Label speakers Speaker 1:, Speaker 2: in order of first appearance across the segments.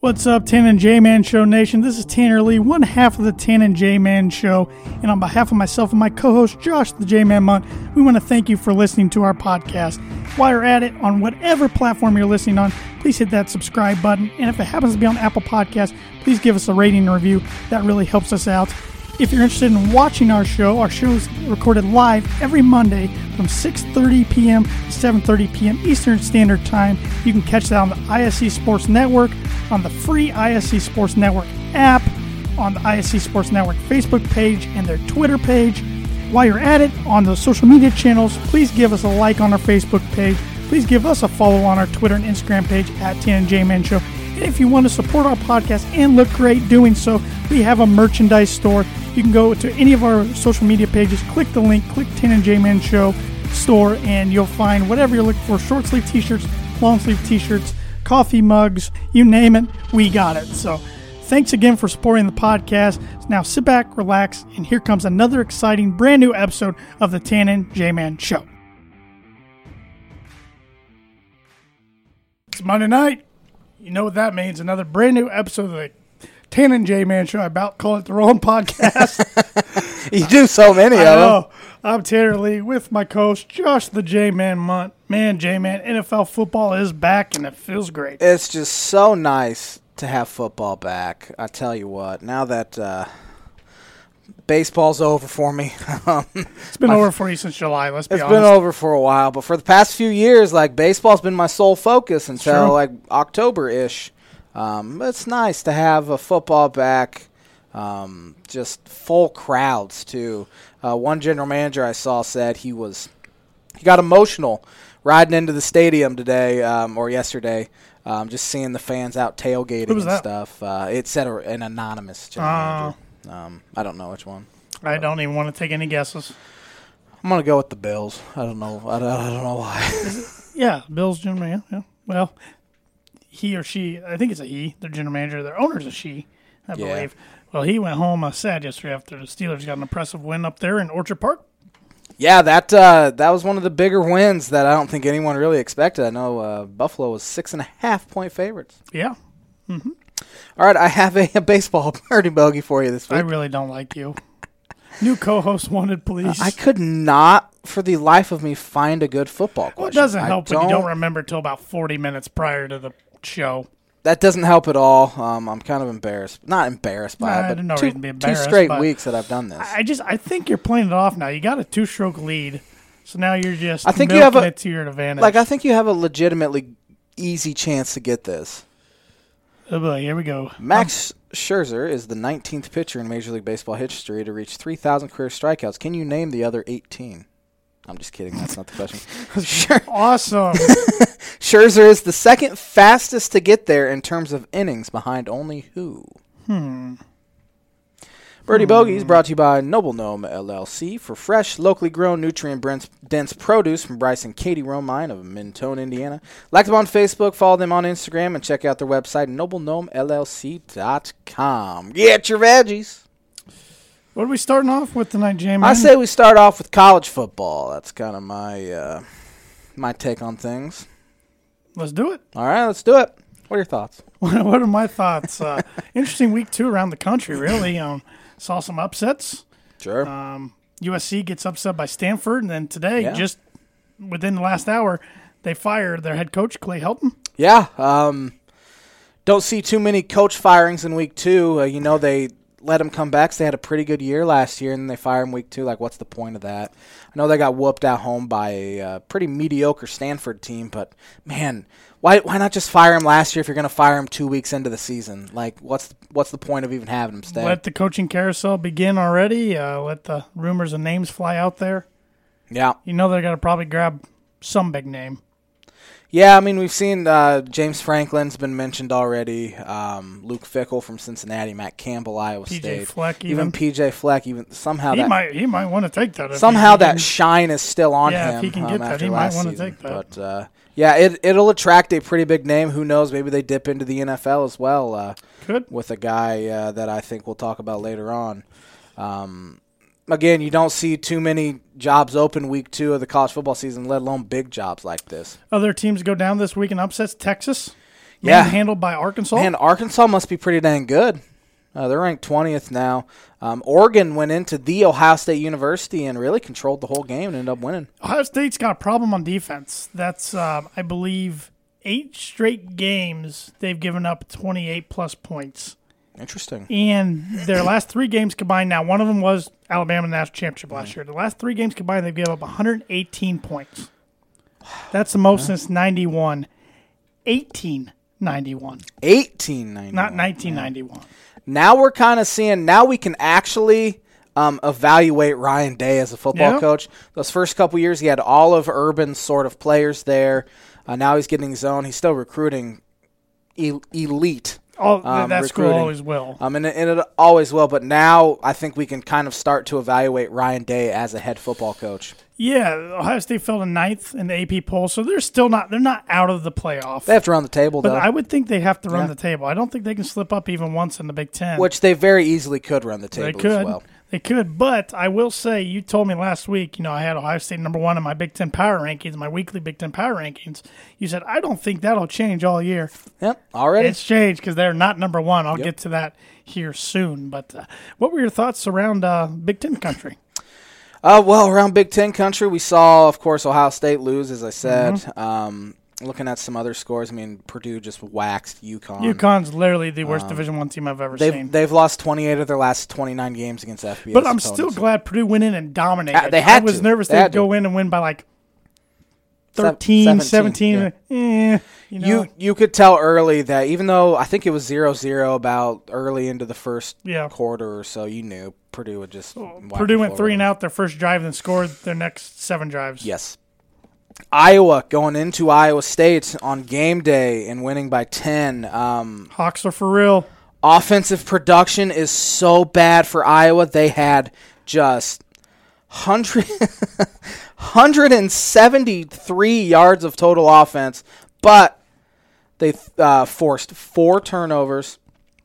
Speaker 1: What's up, Tan and J Man Show Nation? This is Tanner Lee, one half of the Tan and J Man Show. And on behalf of myself and my co host, Josh the J Man Munt, we want to thank you for listening to our podcast. While you're at it, on whatever platform you're listening on, please hit that subscribe button. And if it happens to be on Apple Podcasts, please give us a rating and review. That really helps us out. If you're interested in watching our show, our show is recorded live every Monday from 6:30 p.m. to 7:30 p.m. Eastern Standard Time. You can catch that on the ISC Sports Network, on the free ISC Sports Network app, on the ISC Sports Network Facebook page and their Twitter page. While you're at it, on those social media channels, please give us a like on our Facebook page. Please give us a follow on our Twitter and Instagram page at TNJ Man Show. And if you want to support our podcast and look great doing so, we have a merchandise store. You can go to any of our social media pages, click the link, click Tan and J Man Show store, and you'll find whatever you're looking for short sleeve t shirts, long sleeve t shirts, coffee mugs, you name it, we got it. So thanks again for supporting the podcast. Now sit back, relax, and here comes another exciting brand new episode of the Tan and J Man Show. It's Monday night. You know what that means. Another brand new episode of the Tan and J Man Show. I about called it the wrong podcast.
Speaker 2: You do so many
Speaker 1: I
Speaker 2: of them.
Speaker 1: know. I'm Tanner Lee with my coach, Josh the J Man Munt. Man, J Man, NFL football is back and it feels great.
Speaker 2: It's just so nice to have football back. I tell you what, now that uh, baseball's over for me, um,
Speaker 1: It's been over for you since July, let's be
Speaker 2: it's
Speaker 1: honest.
Speaker 2: been over for a while. But for the past few years, like baseball's been my sole focus
Speaker 1: true.
Speaker 2: until like October ish. Um, but it's nice to have a football back. Um, just full crowds too. Uh, one general manager I saw said he was he got emotional riding into the stadium today um, or yesterday. Um, just seeing the fans out tailgating
Speaker 1: Who was
Speaker 2: and
Speaker 1: that?
Speaker 2: stuff. Uh, it said a, an anonymous general
Speaker 1: Oh.
Speaker 2: manager. Um, I don't know which one.
Speaker 1: I don't even want to take any guesses.
Speaker 2: I'm gonna go with the Bills. I don't know. I don't, I don't know why.
Speaker 1: Yeah, Bill's general manager. Yeah, Well, he or she, I think it's a he, their general manager. Their owner's a she, I
Speaker 2: Yeah.
Speaker 1: believe. Well, he went home uh, sad yesterday after the Steelers got an impressive win up there in Orchard Park.
Speaker 2: Yeah, that uh, that was one of the bigger wins that I don't think anyone really expected. I know uh, Buffalo was six and a half point favorites.
Speaker 1: Yeah,
Speaker 2: All right, I have a, a baseball birdie bogey for you this
Speaker 1: I
Speaker 2: week.
Speaker 1: really don't like you. New co-host wanted, please.
Speaker 2: I, could not, for the life of me, find a good football question.
Speaker 1: Well, it doesn't
Speaker 2: I
Speaker 1: help when you don't remember till about 40 minutes prior to the show.
Speaker 2: that doesn't help at all. Um, I'm kind of embarrassed. Not embarrassed by
Speaker 1: Nah,
Speaker 2: it, but
Speaker 1: no
Speaker 2: two,
Speaker 1: reason to be
Speaker 2: two
Speaker 1: embarrassed,
Speaker 2: straight
Speaker 1: but-
Speaker 2: weeks that I've done this.
Speaker 1: I just, I think you're playing it off now. You got a two-stroke lead, so now you're just
Speaker 2: I think you
Speaker 1: milking
Speaker 2: have a-
Speaker 1: it to your advantage.
Speaker 2: like, I think you have a legitimately easy chance to get this.
Speaker 1: Oh, boy, here we go.
Speaker 2: Max Scherzer is the 19th pitcher in Major League Baseball history to reach 3,000 career strikeouts. Can you name the other 18? I'm just kidding. That's not the question. Scher-
Speaker 1: Awesome.
Speaker 2: Scherzer is the second fastest to get there in terms of innings, behind only who? Hmm. Birdie Bogey is brought to you by Noble Gnome LLC for fresh, locally grown, nutrient-dense produce from Bryce and Katie Romine of Mentone, Indiana. Like them on Facebook, follow them on Instagram, and check out their website, noblegnomellc.com. Get your veggies.
Speaker 1: What are we starting off with tonight, Jamie?
Speaker 2: I say we start off with college football. That's kind of my uh, my take on things.
Speaker 1: let's do it.
Speaker 2: All right, let's do it. What are your thoughts?
Speaker 1: What what are my thoughts? Uh, interesting week two around the country. Really, um, saw some upsets.
Speaker 2: Sure.
Speaker 1: Um, USC gets upset by Stanford, and then today,
Speaker 2: Yeah.
Speaker 1: just within the last hour, they fired their head coach Clay Helton.
Speaker 2: Yeah. Um, don't see too many coach firings in week two. Uh, you know, they let them come back. 'cause They had a pretty good year last year, and then they fire them week two. Like, what's the point of that? I know they got whooped at home by a uh, pretty mediocre Stanford team, but man, why why not just fire him last year if you're going to fire him two weeks into the season? Like, what's what's the point of even having him stay?
Speaker 1: Let the coaching carousel begin already. Uh, let the rumors and names fly out there.
Speaker 2: yeah.
Speaker 1: You know they're gonna probably grab some big name.
Speaker 2: Yeah, I mean, we've seen uh, James Franklin's been mentioned already. Um, Luke Fickle from Cincinnati, Matt Campbell, Iowa
Speaker 1: P.J.
Speaker 2: State,
Speaker 1: Fleck even.
Speaker 2: PJ Fleck, even somehow
Speaker 1: He
Speaker 2: that
Speaker 1: might he might want to take that if he
Speaker 2: somehow
Speaker 1: can.
Speaker 2: that shine is still on
Speaker 1: Yeah, if
Speaker 2: him.
Speaker 1: he can
Speaker 2: um,
Speaker 1: get that,
Speaker 2: after
Speaker 1: he might
Speaker 2: last
Speaker 1: wanna
Speaker 2: season.
Speaker 1: take that.
Speaker 2: But uh, yeah, it it'll attract a pretty big name. Who knows? Maybe they dip into the NFL as well uh,
Speaker 1: could.
Speaker 2: with a guy uh, that I think we'll talk about later on. Um, again, you don't see too many jobs open week two of the college football season, let alone big jobs like this.
Speaker 1: Other teams go down this week in upsets. Texas.
Speaker 2: Yeah.
Speaker 1: handled by Arkansas.
Speaker 2: Man, Arkansas must be pretty dang good. Uh, they're ranked 20th now. Um, Oregon went into the Ohio State University and really controlled the whole game and ended up winning.
Speaker 1: Ohio State's got a problem on defense. That's, um, I believe, eight straight games they've given up 28 plus points.
Speaker 2: Interesting.
Speaker 1: And their last three games combined, now one of them was Alabama national championship last year. The last three games combined, they've given up 118 points. That's the most since 91. 1891,
Speaker 2: 1890.
Speaker 1: not 1991.
Speaker 2: now we're kind of seeing now we can actually um, evaluate Ryan Day as a football
Speaker 1: Yeah.
Speaker 2: coach. Those first couple years, he had all of Urban's sort of players there. Uh, now he's getting his own. He's still recruiting el- elite.
Speaker 1: Oh, th-
Speaker 2: Um,
Speaker 1: that school
Speaker 2: recruiting.
Speaker 1: always will.
Speaker 2: Um, and, it- and it always will, but now I think we can kind of start to evaluate Ryan Day as a head football coach.
Speaker 1: Yeah, Ohio State fell to ninth in the AP poll, so they're still not they're not out of the playoff.
Speaker 2: They have to run the table,
Speaker 1: But
Speaker 2: though,
Speaker 1: I would think they have to run
Speaker 2: Yeah.
Speaker 1: the table. I don't think they can slip up even once in the Big Ten.
Speaker 2: which they very easily could run the
Speaker 1: they
Speaker 2: table
Speaker 1: could.
Speaker 2: as well.
Speaker 1: They could. But I will say, you told me last week, you know, I had Ohio State number one in my Big Ten power rankings, my weekly Big Ten power rankings. You said, I don't think that'll change all year.
Speaker 2: Yep, already.
Speaker 1: It's changed because they're not number one. I'll
Speaker 2: Yep.
Speaker 1: get to that here soon. But uh, what were your thoughts around uh, Big Ten country?
Speaker 2: Uh, well, around Big Ten country, we saw, of course, Ohio State lose, as I said.
Speaker 1: Mm-hmm.
Speaker 2: Um, looking at some other scores, I mean, Purdue just waxed UConn.
Speaker 1: UConn's literally the worst Division One team I've ever seen.
Speaker 2: Um, They've, they've lost 28 of their last 29 games against FBS.
Speaker 1: But I'm
Speaker 2: opponents.
Speaker 1: still glad Purdue went in and dominated.
Speaker 2: Ah, they had
Speaker 1: I was
Speaker 2: to.
Speaker 1: nervous
Speaker 2: They
Speaker 1: they'd
Speaker 2: had to.
Speaker 1: go in and win by like
Speaker 2: Sev-
Speaker 1: 13, 17.
Speaker 2: 17,
Speaker 1: eh, you know,
Speaker 2: You you could tell early that even though I think it was 0-0 about early into the first
Speaker 1: Yeah. Oh,
Speaker 2: quarter or so, you knew Purdue would just whack
Speaker 1: Purdue
Speaker 2: the
Speaker 1: went
Speaker 2: floor
Speaker 1: three
Speaker 2: with
Speaker 1: and
Speaker 2: them.
Speaker 1: out their first drive and scored their next seven drives.
Speaker 2: Yes. Iowa going into Iowa State on game day and winning by 10. Um,
Speaker 1: Hawks are for real.
Speaker 2: offensive production is so bad for Iowa. They had just 100, 173 yards of total offense, but they uh, forced four turnovers.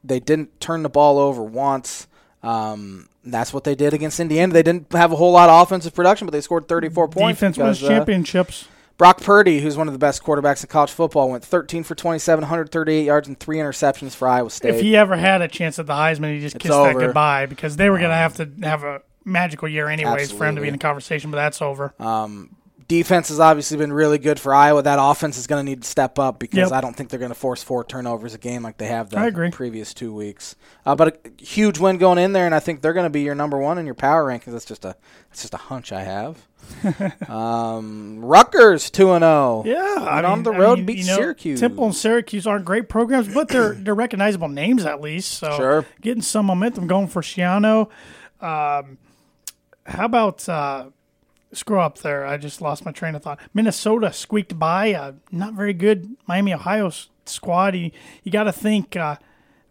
Speaker 2: They didn't turn the ball over once. Um, that's what they did against Indiana. They didn't have a whole lot of offensive production, but they scored 34 points.
Speaker 1: Defense wins
Speaker 2: because, uh,
Speaker 1: championships.
Speaker 2: Brock Purdy, who's one of the best quarterbacks in college football, went 13 for 27, 138 yards, and three interceptions for Iowa State.
Speaker 1: If he ever had a chance at the Heisman, he just kissed that
Speaker 2: over.
Speaker 1: goodbye because they were going to have to have a magical year anyways for him to be
Speaker 2: Absolutely.
Speaker 1: in the conversation. But that's over.
Speaker 2: defense has obviously been really good for Iowa. That offense is going to need to step up
Speaker 1: Yep.
Speaker 2: because I don't think they're going to force four turnovers a game like they have
Speaker 1: I
Speaker 2: the
Speaker 1: agree.
Speaker 2: previous two weeks. Uh, but a huge win going in there, and I think they're going to be your number one in your power rankings. That's just a that's just a hunch I have. um, Rutgers two and zero.
Speaker 1: yeah, I
Speaker 2: on
Speaker 1: mean-
Speaker 2: the
Speaker 1: I
Speaker 2: road
Speaker 1: mean,
Speaker 2: beat
Speaker 1: you know,
Speaker 2: Syracuse.
Speaker 1: Temple and Syracuse aren't great programs, but they're they're recognizable names at least. So
Speaker 2: Sure.
Speaker 1: getting some momentum going for Shiano. Um, how about uh, screw up there? I just lost my train of thought. Minnesota squeaked by a not very good Miami Ohio s- squad. You, you got to think uh,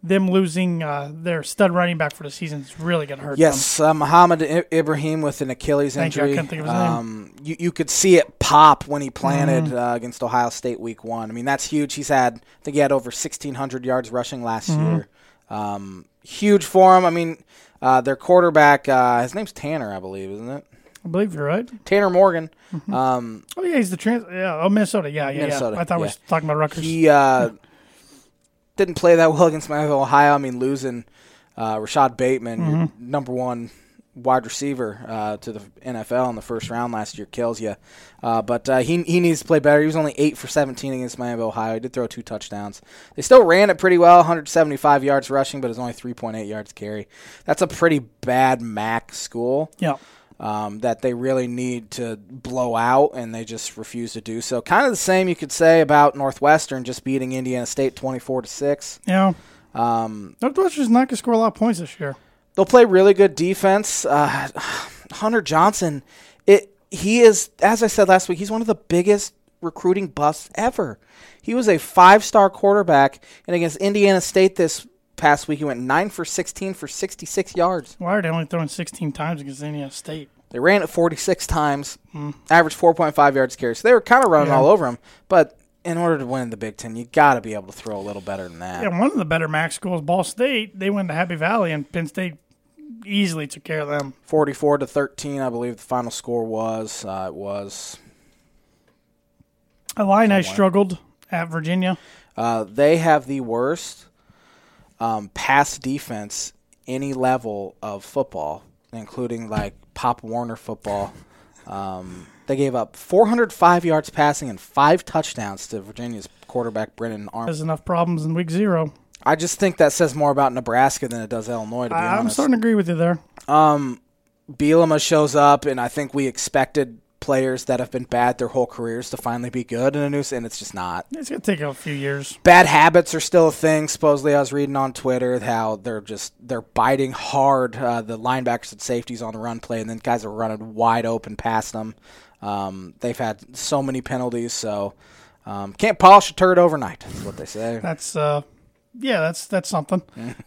Speaker 1: them losing uh, their stud running back for the season is really going to hurt. them.
Speaker 2: Yes, uh, Muhammad I- Ibrahim with an Achilles
Speaker 1: Um, Thank you, I
Speaker 2: injury.
Speaker 1: couldn't think of his name. Mm-hmm.
Speaker 2: um, You you could see it pop when he planted uh, against Ohio State week one. I mean that's huge. He's had I think he had over sixteen hundred yards rushing last
Speaker 1: Mm-hmm.
Speaker 2: year. Um, huge for him. I mean uh, their quarterback uh, his name's Tanner I believe isn't it
Speaker 1: I believe you're right.
Speaker 2: Tanner Morgan. Um,
Speaker 1: Oh yeah, he's the trans. Yeah, oh Minnesota. Yeah, yeah,
Speaker 2: Minnesota,
Speaker 1: yeah. I thought we
Speaker 2: yeah.
Speaker 1: were talking about Rutgers.
Speaker 2: he uh, didn't play that well against Miami of Ohio. I mean losing uh, Rashad Bateman your number one wide receiver uh, to the NFL in the first round last year kills you. Uh, but uh, he he needs to play better. He was only eight for 17 against Miami of Ohio. He did throw two touchdowns. They still ran it pretty well, 175 yards rushing, but it's only 3.8 yards carry. That's a pretty bad MAC school
Speaker 1: yeah.
Speaker 2: um, that they really need to blow out, and they just refuse to do so. Kind of the same you could say about Northwestern just beating Indiana State 24 to six.
Speaker 1: Yeah.
Speaker 2: Um,
Speaker 1: Northwestern's not going to score a lot of points this year.
Speaker 2: They'll play really good defense. Uh, Hunter Johnson, it he is as I said last week, he's one of the biggest recruiting busts ever. He was a five-star quarterback, and against Indiana State this past week, he went nine for sixteen for sixty-six yards.
Speaker 1: Why are they only throwing 16 times against Indiana State?
Speaker 2: They ran it forty-six times, averaged four point five yards carry. So they were kind of running all over him. But in order to win the Big Ten, you got to be able to throw a little better than that.
Speaker 1: Yeah, one of the better MAC schools, Ball State, they went to Happy Valley, and Penn State easily took care of them.
Speaker 2: 44 to 13 i believe the final score was uh, it was
Speaker 1: Illini struggled at Virginia.
Speaker 2: Uh, they have the worst um, pass defense any level of football, including like Pop Warner football. Um, they gave up 405 yards passing and five touchdowns to Virginia's quarterback Brennan Arm.
Speaker 1: Has enough problems in week zero.
Speaker 2: I just think that says more about Nebraska than it does Illinois. To be
Speaker 1: I, I'm
Speaker 2: honest,
Speaker 1: starting to agree with you there.
Speaker 2: um, Bielema shows up, and I think we expected players that have been bad their whole careers to finally be good in a new, and it's just not.
Speaker 1: It's gonna take a few years.
Speaker 2: bad habits are still a thing. Supposedly, I was reading on Twitter how they're just they're biting hard. Uh, the linebackers and safeties on the run play, and then guys are running wide open past them. Um, they've had so many penalties, so um, can't polish a turd overnight. Is what they say.
Speaker 1: That's uh, yeah, that's that's something.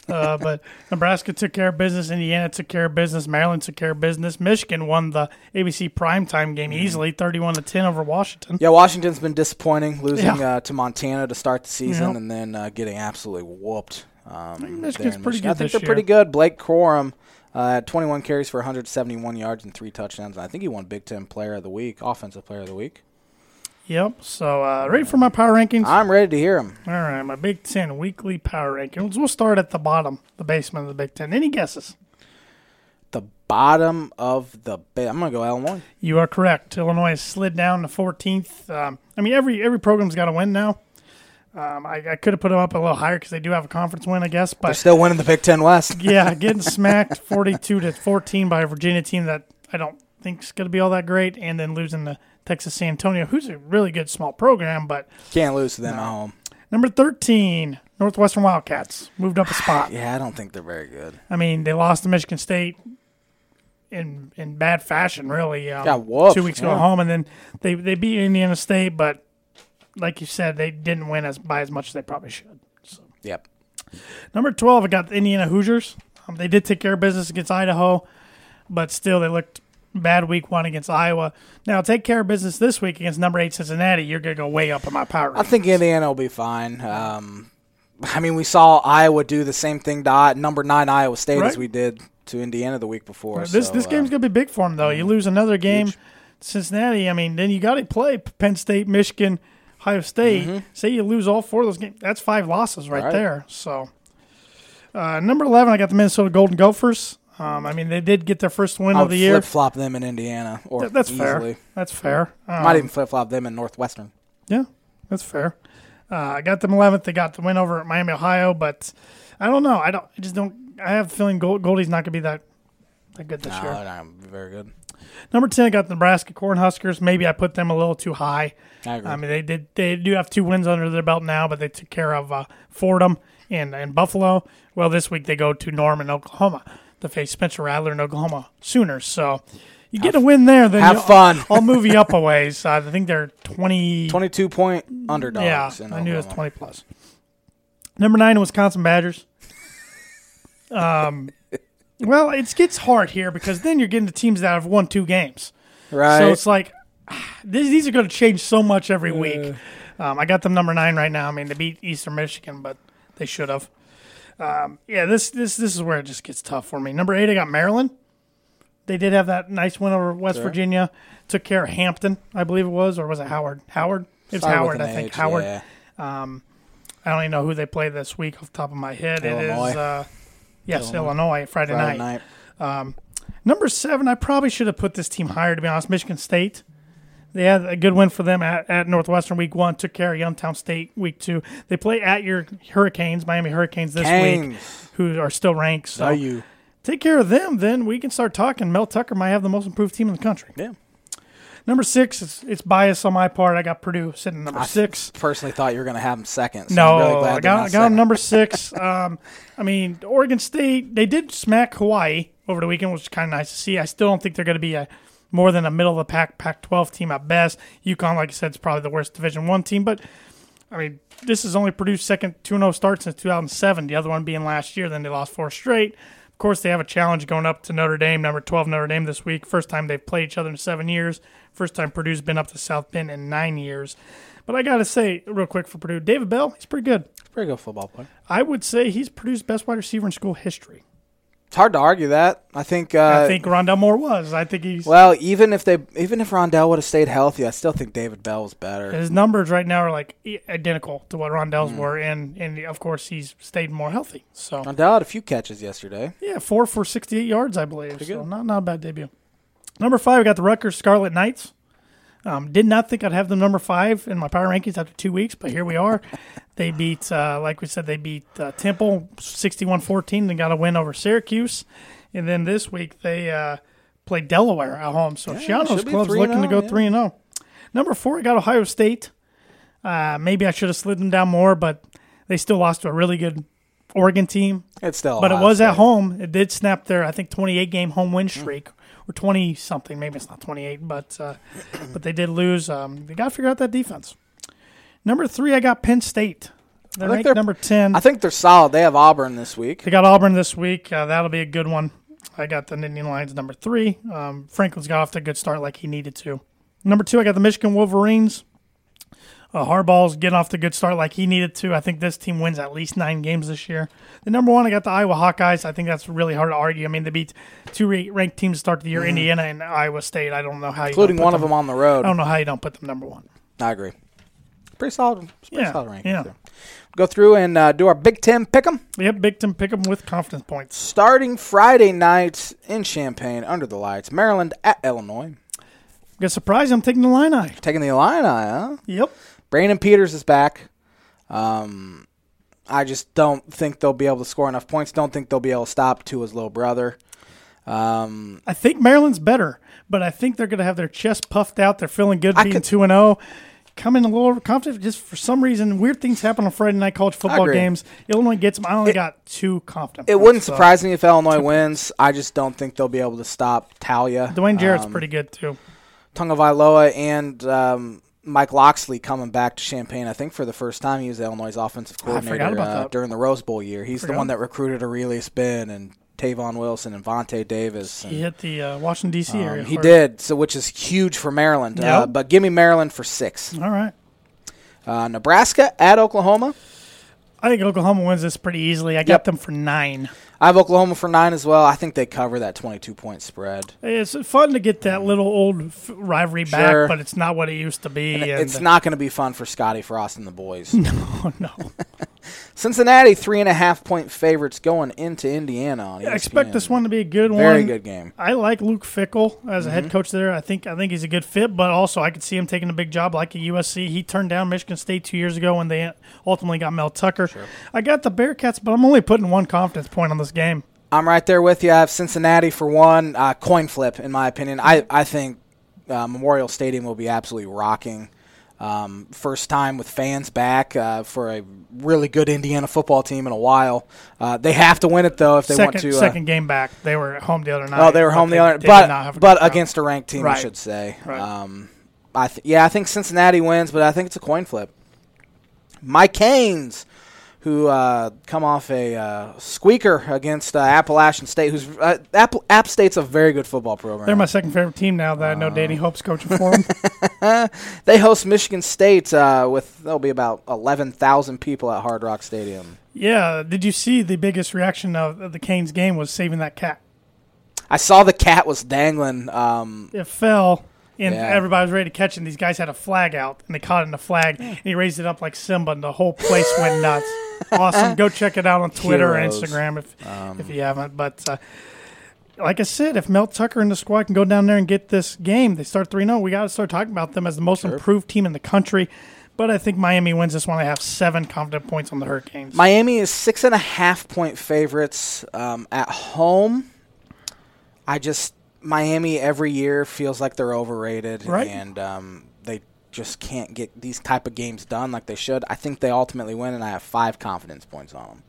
Speaker 1: uh, but Nebraska took care of business. Indiana took care of business. Maryland took care of business. Michigan won the ABC primetime game
Speaker 2: Mm.
Speaker 1: easily, thirty-one to ten over Washington.
Speaker 2: Yeah, Washington's been disappointing, losing
Speaker 1: Yeah.
Speaker 2: uh, to Montana to start the season,
Speaker 1: Yep.
Speaker 2: and then uh, getting absolutely whooped. Um,
Speaker 1: Michigan's
Speaker 2: there in
Speaker 1: pretty
Speaker 2: Michigan.
Speaker 1: good
Speaker 2: I think
Speaker 1: this
Speaker 2: they're
Speaker 1: year.
Speaker 2: pretty good. Blake Corum uh, had 21 carries for 171 yards and three touchdowns. I think he won Big Ten Player of the Week, Offensive Player of the Week.
Speaker 1: Yep. So uh, ready for my power rankings.
Speaker 2: I'm ready to hear him.
Speaker 1: All right, my Big Ten weekly power rankings. We'll start at the bottom, the basement of the Big Ten. Any guesses?
Speaker 2: The bottom of the. Ba- I'm gonna go Illinois.
Speaker 1: You are correct. Illinois has slid down to 14th. Um, I mean, every every program's got to win now. Um, I, I could have put them up a little higher because they do have a conference win, I guess.
Speaker 2: They're
Speaker 1: But
Speaker 2: still winning the Big Ten West.
Speaker 1: yeah, getting smacked 42 to 14 by a Virginia team that I don't think is going to be all that great, and then losing to Texas San Antonio, who's a really good small program, but
Speaker 2: Can't lose to them at home.
Speaker 1: number 13, Northwestern Wildcats moved up a spot.
Speaker 2: Yeah, I don't think they're very good.
Speaker 1: I mean, they lost to Michigan State in in bad fashion, really. Um,
Speaker 2: Got whooped,
Speaker 1: two weeks ago
Speaker 2: yeah.
Speaker 1: at home, and then they they beat Indiana State, but like you said, they didn't win as by as much as they probably should. So
Speaker 2: Yep.
Speaker 1: number twelve, I got the Indiana Hoosiers. Um, they did take care of business against Idaho, but still they looked bad week one against Iowa. Now take care of business this week against number eight Cincinnati. You're gonna go way up in my power.
Speaker 2: I think Indiana will be fine. Um, I mean, we saw Iowa do the same thing to I- number nine Iowa State as
Speaker 1: Right.
Speaker 2: we did to Indiana the week before.
Speaker 1: This
Speaker 2: so,
Speaker 1: this game's
Speaker 2: uh,
Speaker 1: gonna be big for them though. You lose another game, Cincinnati. I mean, then you got to play Penn State, Michigan, Ohio State. Say you lose all four of those games, that's five losses right,
Speaker 2: Mm-hmm. Right.
Speaker 1: there. So, uh, number eleven, I got the Minnesota Golden Gophers. Um, I mean, they did get their first win
Speaker 2: I
Speaker 1: of
Speaker 2: would
Speaker 1: the year.
Speaker 2: flip flop them in Indiana, or
Speaker 1: Th- That's
Speaker 2: easily.
Speaker 1: fair. That's fair. Um,
Speaker 2: Might even flip flop them in Northwestern.
Speaker 1: yeah, that's fair. Uh, I got them eleventh. They got the win over at Miami, Ohio, but I don't know. I don't. I just don't. I have a feeling Gold, Goldie's not gonna be that that good this
Speaker 2: No,
Speaker 1: year.
Speaker 2: they're not gonna be very good.
Speaker 1: Number ten, I got the Nebraska Cornhuskers. Maybe I put them a little too high.
Speaker 2: I agree.
Speaker 1: I mean, they did. They do have two wins under their belt now, but they took care of uh, Fordham and, and Buffalo. Well, this week they go to Norman, Oklahoma, to face Spencer Rattler in Oklahoma Sooners. So you get a win there, then
Speaker 2: have
Speaker 1: you'll-
Speaker 2: fun.
Speaker 1: I'll move you up a ways. Uh, I think they're 20,
Speaker 2: Twenty-two point underdogs.
Speaker 1: Yeah,
Speaker 2: in
Speaker 1: I knew it was
Speaker 2: Oklahoma.
Speaker 1: twenty plus. Number nine, Wisconsin Badgers. Um, well, it gets hard here because then you're getting the teams that have won two games.
Speaker 2: Right.
Speaker 1: So it's like these, these are going to change so much every week. Um, I got them number nine right now. I mean, they beat Eastern Michigan, but they should have. Um, yeah, this this this is where it just gets tough for me. Number eight, I got Maryland. They did have that nice win over West Virginia. Took care of Hampton, I believe it was, or was it Howard? Howard. It was
Speaker 2: Started with
Speaker 1: Howard,
Speaker 2: an
Speaker 1: I think.
Speaker 2: H,
Speaker 1: Howard.
Speaker 2: yeah.
Speaker 1: I don't even know who they play this week off the top of my head. It
Speaker 2: Illinois.
Speaker 1: is, uh, yes, Illinois, Friday,
Speaker 2: Friday
Speaker 1: night.
Speaker 2: night.
Speaker 1: Number seven, I probably should have put this team higher, to be honest. Michigan State. They had a good win for them at, at Northwestern week one, took care of Youngtown State week two. They play at your Hurricanes, Miami Hurricanes this week,
Speaker 2: Canes.
Speaker 1: who are still ranked. So
Speaker 2: Are you?
Speaker 1: take care of them, then we can start talking. Mel Tucker might have the most improved team in the country.
Speaker 2: Yeah.
Speaker 1: Number six, it's, it's bias on my part. I got Purdue sitting at number six.
Speaker 2: Personally, thought you were going to have them second. So
Speaker 1: No,
Speaker 2: I'm really glad
Speaker 1: I
Speaker 2: they're
Speaker 1: got,
Speaker 2: not
Speaker 1: I got 'em
Speaker 2: second.
Speaker 1: number six. um, I mean, Oregon State, they did smack Hawaii over the weekend, which is kind of nice to see. I still don't think they're going to be a more than a middle of the pack Pac 12 team at best. UConn, like I said, is probably the worst Division One team, but I mean, this has only produced second 2 0 start since 2007, the other one being last year. Then they lost four straight. Of course, they have a challenge going up to Notre Dame, number 12 Notre Dame this week. First time they've played each other in seven years. First time Purdue's been up to South Bend in nine years. But I got to say, real quick for Purdue, David Bell, he's pretty good.
Speaker 2: Pretty good football player.
Speaker 1: I would say he's Purdue's best wide receiver in school history.
Speaker 2: It's hard to argue that. I think. Uh,
Speaker 1: I think Rondell Moore was. I think he's
Speaker 2: Well, even if they, even if Rondell would have stayed healthy, I still think David Bell was better.
Speaker 1: his numbers right now are like i- identical to what
Speaker 2: Mm-hmm.
Speaker 1: Rondell's were, and and of course he's stayed more healthy. So
Speaker 2: Rondell had a few catches yesterday.
Speaker 1: Yeah, four for 68 yards, I believe. So not, not a bad debut. Number five, we got the Rutgers Scarlet Knights. Um, did not think I'd have them number five in my power rankings after two weeks, but here we are. they beat, uh, like we said, they beat uh, Temple 61 14 and got a win over Syracuse. And then this week they uh, played Delaware at home. So Shiano's
Speaker 2: should be
Speaker 1: club's
Speaker 2: 3 and
Speaker 1: looking to
Speaker 2: 0,
Speaker 1: go
Speaker 2: yeah.
Speaker 1: 3 and 0. Number four, we got Ohio State. Uh, maybe I should have slid them down more, but they still lost to a really good Oregon team
Speaker 2: It's still,
Speaker 1: but it
Speaker 2: Ohio
Speaker 1: was at
Speaker 2: State.
Speaker 1: home. It did snap their I think 28 game home win streak or 20 something. Maybe it's not 28, but uh, but they did lose. Um, they got to figure out that defense. Number three, I got Penn State. They're
Speaker 2: think
Speaker 1: ranked
Speaker 2: they're-
Speaker 1: number 10.
Speaker 2: I think they're solid. They have Auburn this week.
Speaker 1: they got Auburn this week. Uh, that'll be a good one. I got the Indian Lions number three. Um, Franklin's got off to a good start like he needed to. Number two, I got the Michigan Wolverines. Uh, Harbaugh's getting off the good start like he needed to. I think this team wins at least nine games this year. The number one, I got the Iowa Hawkeyes. I think that's really hard to argue. I mean, they beat two re- ranked teams to start the year, Indiana and Iowa State. I don't know how you
Speaker 2: Mm-hmm. including
Speaker 1: don't put
Speaker 2: one of them on the road.
Speaker 1: I don't know how you don't put them number one.
Speaker 2: I agree. Pretty solid. it's Pretty
Speaker 1: Yeah,
Speaker 2: solid ranking.
Speaker 1: yeah.
Speaker 2: there. Go through and uh, do our Big Ten pick'em.
Speaker 1: Yep, big Ten pick them with confidence points.
Speaker 2: Starting Friday night in Champaign under the lights, Maryland at Illinois.
Speaker 1: Good surprise, I'm taking the line eye.
Speaker 2: Taking the Illini, huh?
Speaker 1: Yep.
Speaker 2: Brandon Peters is back. Um, I just don't think they'll be able to score enough points. Don't think they'll be able to stop Tua's little brother. Um,
Speaker 1: I think Maryland's better, but I think they're going to have their chest puffed out. They're feeling good
Speaker 2: I
Speaker 1: being
Speaker 2: could-
Speaker 1: two and zero. Come in a little overconfident. Just for some reason, weird things happen on Friday night college football
Speaker 2: agree.
Speaker 1: games. Illinois gets them. I only got too confident.
Speaker 2: it
Speaker 1: points,
Speaker 2: wouldn't
Speaker 1: so.
Speaker 2: surprise me if Illinois wins. I just don't think they'll be able to stop Talia.
Speaker 1: Dwayne Jarrett's
Speaker 2: um,
Speaker 1: pretty good too.
Speaker 2: Tonga Vailoa and um, Mike Loxley coming back to Champaign, I think, for the first time. He was Illinois' offensive
Speaker 1: forgot
Speaker 2: coordinator
Speaker 1: about
Speaker 2: uh,
Speaker 1: that.
Speaker 2: during the Rose Bowl year. He's the
Speaker 1: Forgot.
Speaker 2: one that recruited Aurelius Spin and Tavon Wilson and Vontae Davis.
Speaker 1: He
Speaker 2: And,
Speaker 1: hit the uh, Washington D.C.
Speaker 2: um,
Speaker 1: area.
Speaker 2: he
Speaker 1: hard.
Speaker 2: did, so which is huge for Maryland. Uh,
Speaker 1: Yep.
Speaker 2: but give me Maryland for six.
Speaker 1: All right.
Speaker 2: Uh, Nebraska at Oklahoma.
Speaker 1: I think Oklahoma wins this pretty easily. I got
Speaker 2: Yep.
Speaker 1: them for nine.
Speaker 2: I have Oklahoma for nine as well. I think they cover that 22 point spread.
Speaker 1: It's fun to get that little old f- rivalry
Speaker 2: Sure.
Speaker 1: back, but it's not what it used to be. And,
Speaker 2: it's not going to be fun for Scotty Frost and the boys.
Speaker 1: Oh, no.
Speaker 2: Cincinnati, three and a half point favorites going into Indiana. On E
Speaker 1: I expect
Speaker 2: ESPN.
Speaker 1: this one to be a good one.
Speaker 2: Very good game.
Speaker 1: I like Luke Fickle as a
Speaker 2: Mm-hmm.
Speaker 1: head coach there. I think I think he's a good fit, but also I could see him taking a big job like at USC. He turned down Michigan State two years ago when they ultimately got Mel Tucker. I got the Bearcats, but I'm only putting one confidence point on this game.
Speaker 2: I'm right there with you. I have Cincinnati for one. Uh, coin flip, in my opinion. I, I think uh, Memorial Stadium will be absolutely rocking. Um, first time with fans back uh, for a really good Indiana football team in a while. Uh, they have to win it though if they
Speaker 1: second
Speaker 2: want to.
Speaker 1: second game back, they were at home the other night.
Speaker 2: uh, oh, they were home the other,
Speaker 1: they did not have
Speaker 2: but
Speaker 1: a
Speaker 2: but
Speaker 1: good crowd.
Speaker 2: against a ranked team,
Speaker 1: Right.
Speaker 2: I should say.
Speaker 1: Right.
Speaker 2: Um, I th- yeah, I think Cincinnati wins, but I think it's a coin flip. My Canes, who uh, come off a uh, squeaker against uh, Appalachian State, who's uh, App, App State's a very good football program.
Speaker 1: they're my second favorite team now that I know Danny
Speaker 2: Uh,
Speaker 1: Hope's coaching for them.
Speaker 2: they host Michigan State uh, with there'll be about eleven thousand people at Hard Rock Stadium.
Speaker 1: yeah, did you see the biggest reaction of of the Canes game was saving that cat?
Speaker 2: I saw the cat was dangling. Um,
Speaker 1: it fell and
Speaker 2: Yeah.
Speaker 1: everybody was ready to catch it. And these guys had a flag out and they caught it in the flag and he raised it up like Simba and the whole place went nuts. Awesome. Go check it out on Twitter
Speaker 2: Heroes. Um,
Speaker 1: or Instagram if if you haven't. But uh, like I said, if Mel Tucker and the squad can go down there and get this game, they start 3 0. We got to start talking about them as the most improved team in the country. But I think Miami wins this one. I have seven confident points on the Hurricanes.
Speaker 2: Miami is six and a half point favorites um, at home. I just Miami every year feels like they're overrated,
Speaker 1: Right.
Speaker 2: and um, they just can't get these type of games done like they should. I think they ultimately win, and I have five confidence points on them.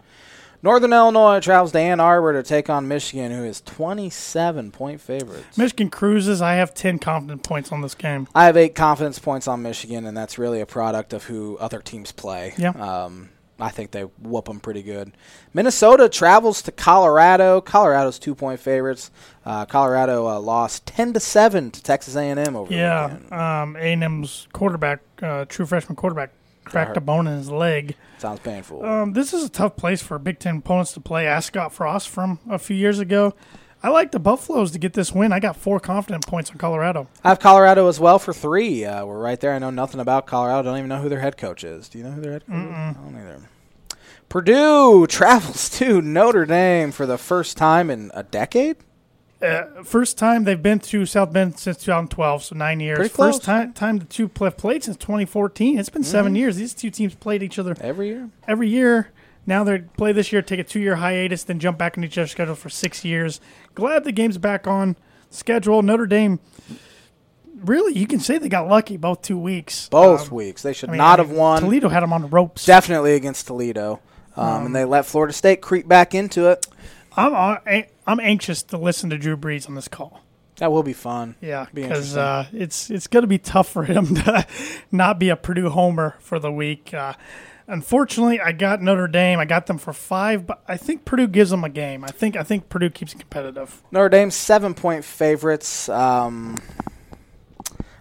Speaker 2: Northern Illinois travels to Ann Arbor to take on Michigan, who is twenty-seven point favorites.
Speaker 1: Michigan cruises. I have 10 confident points on this game.
Speaker 2: I have eight confidence points on Michigan, and that's really a product of who other teams play.
Speaker 1: Yeah.
Speaker 2: Um, I think they whoop them pretty good. Minnesota travels to Colorado. Colorado's two point favorites. Uh, Colorado uh, lost ten to seven to Texas A and M over the
Speaker 1: Yeah,
Speaker 2: weekend.
Speaker 1: um, A&M's quarterback, uh, true freshman quarterback, cracked a bone in his leg.
Speaker 2: Sounds painful.
Speaker 1: Um, this is a tough place for Big Ten opponents to play. Ascot Frost from a few years ago. I like the Buffaloes to get this win. I got four confident points on Colorado.
Speaker 2: I have Colorado as well for three. Uh, we're right there. I know nothing about Colorado. Don't even know who their head coach is. Do you know who their head coach is? I don't either. Purdue travels to Notre Dame for the first time in a decade.
Speaker 1: Uh, first time they've been to South Bend since 2012, so nine years.
Speaker 2: Pretty close. Mm-hmm.
Speaker 1: First time time the two pl- played since 2014. It's been seven years. These two teams played each other
Speaker 2: Every year.
Speaker 1: every year. Now they play this year, take a two year hiatus, then jump back into each other's schedule for six years. Glad the game's back on schedule. Notre Dame, really, you can say they got lucky both two weeks.
Speaker 2: Both
Speaker 1: Um,
Speaker 2: weeks. They should
Speaker 1: I mean,
Speaker 2: not have won.
Speaker 1: Toledo had them on the ropes.
Speaker 2: Definitely against Toledo. Um, and they let Florida State creep back into it.
Speaker 1: I'm, uh, I'm anxious to listen to Drew Brees on this call.
Speaker 2: That will be fun.
Speaker 1: Yeah,
Speaker 2: Be
Speaker 1: because
Speaker 2: interesting.
Speaker 1: uh, it's it's going to be tough for him to not be a Purdue homer for the week. Uh, unfortunately, I got Notre Dame. I got them for five, but I think Purdue gives them a game. I think I think Purdue keeps it competitive.
Speaker 2: Notre Dame seven point favorites. Um,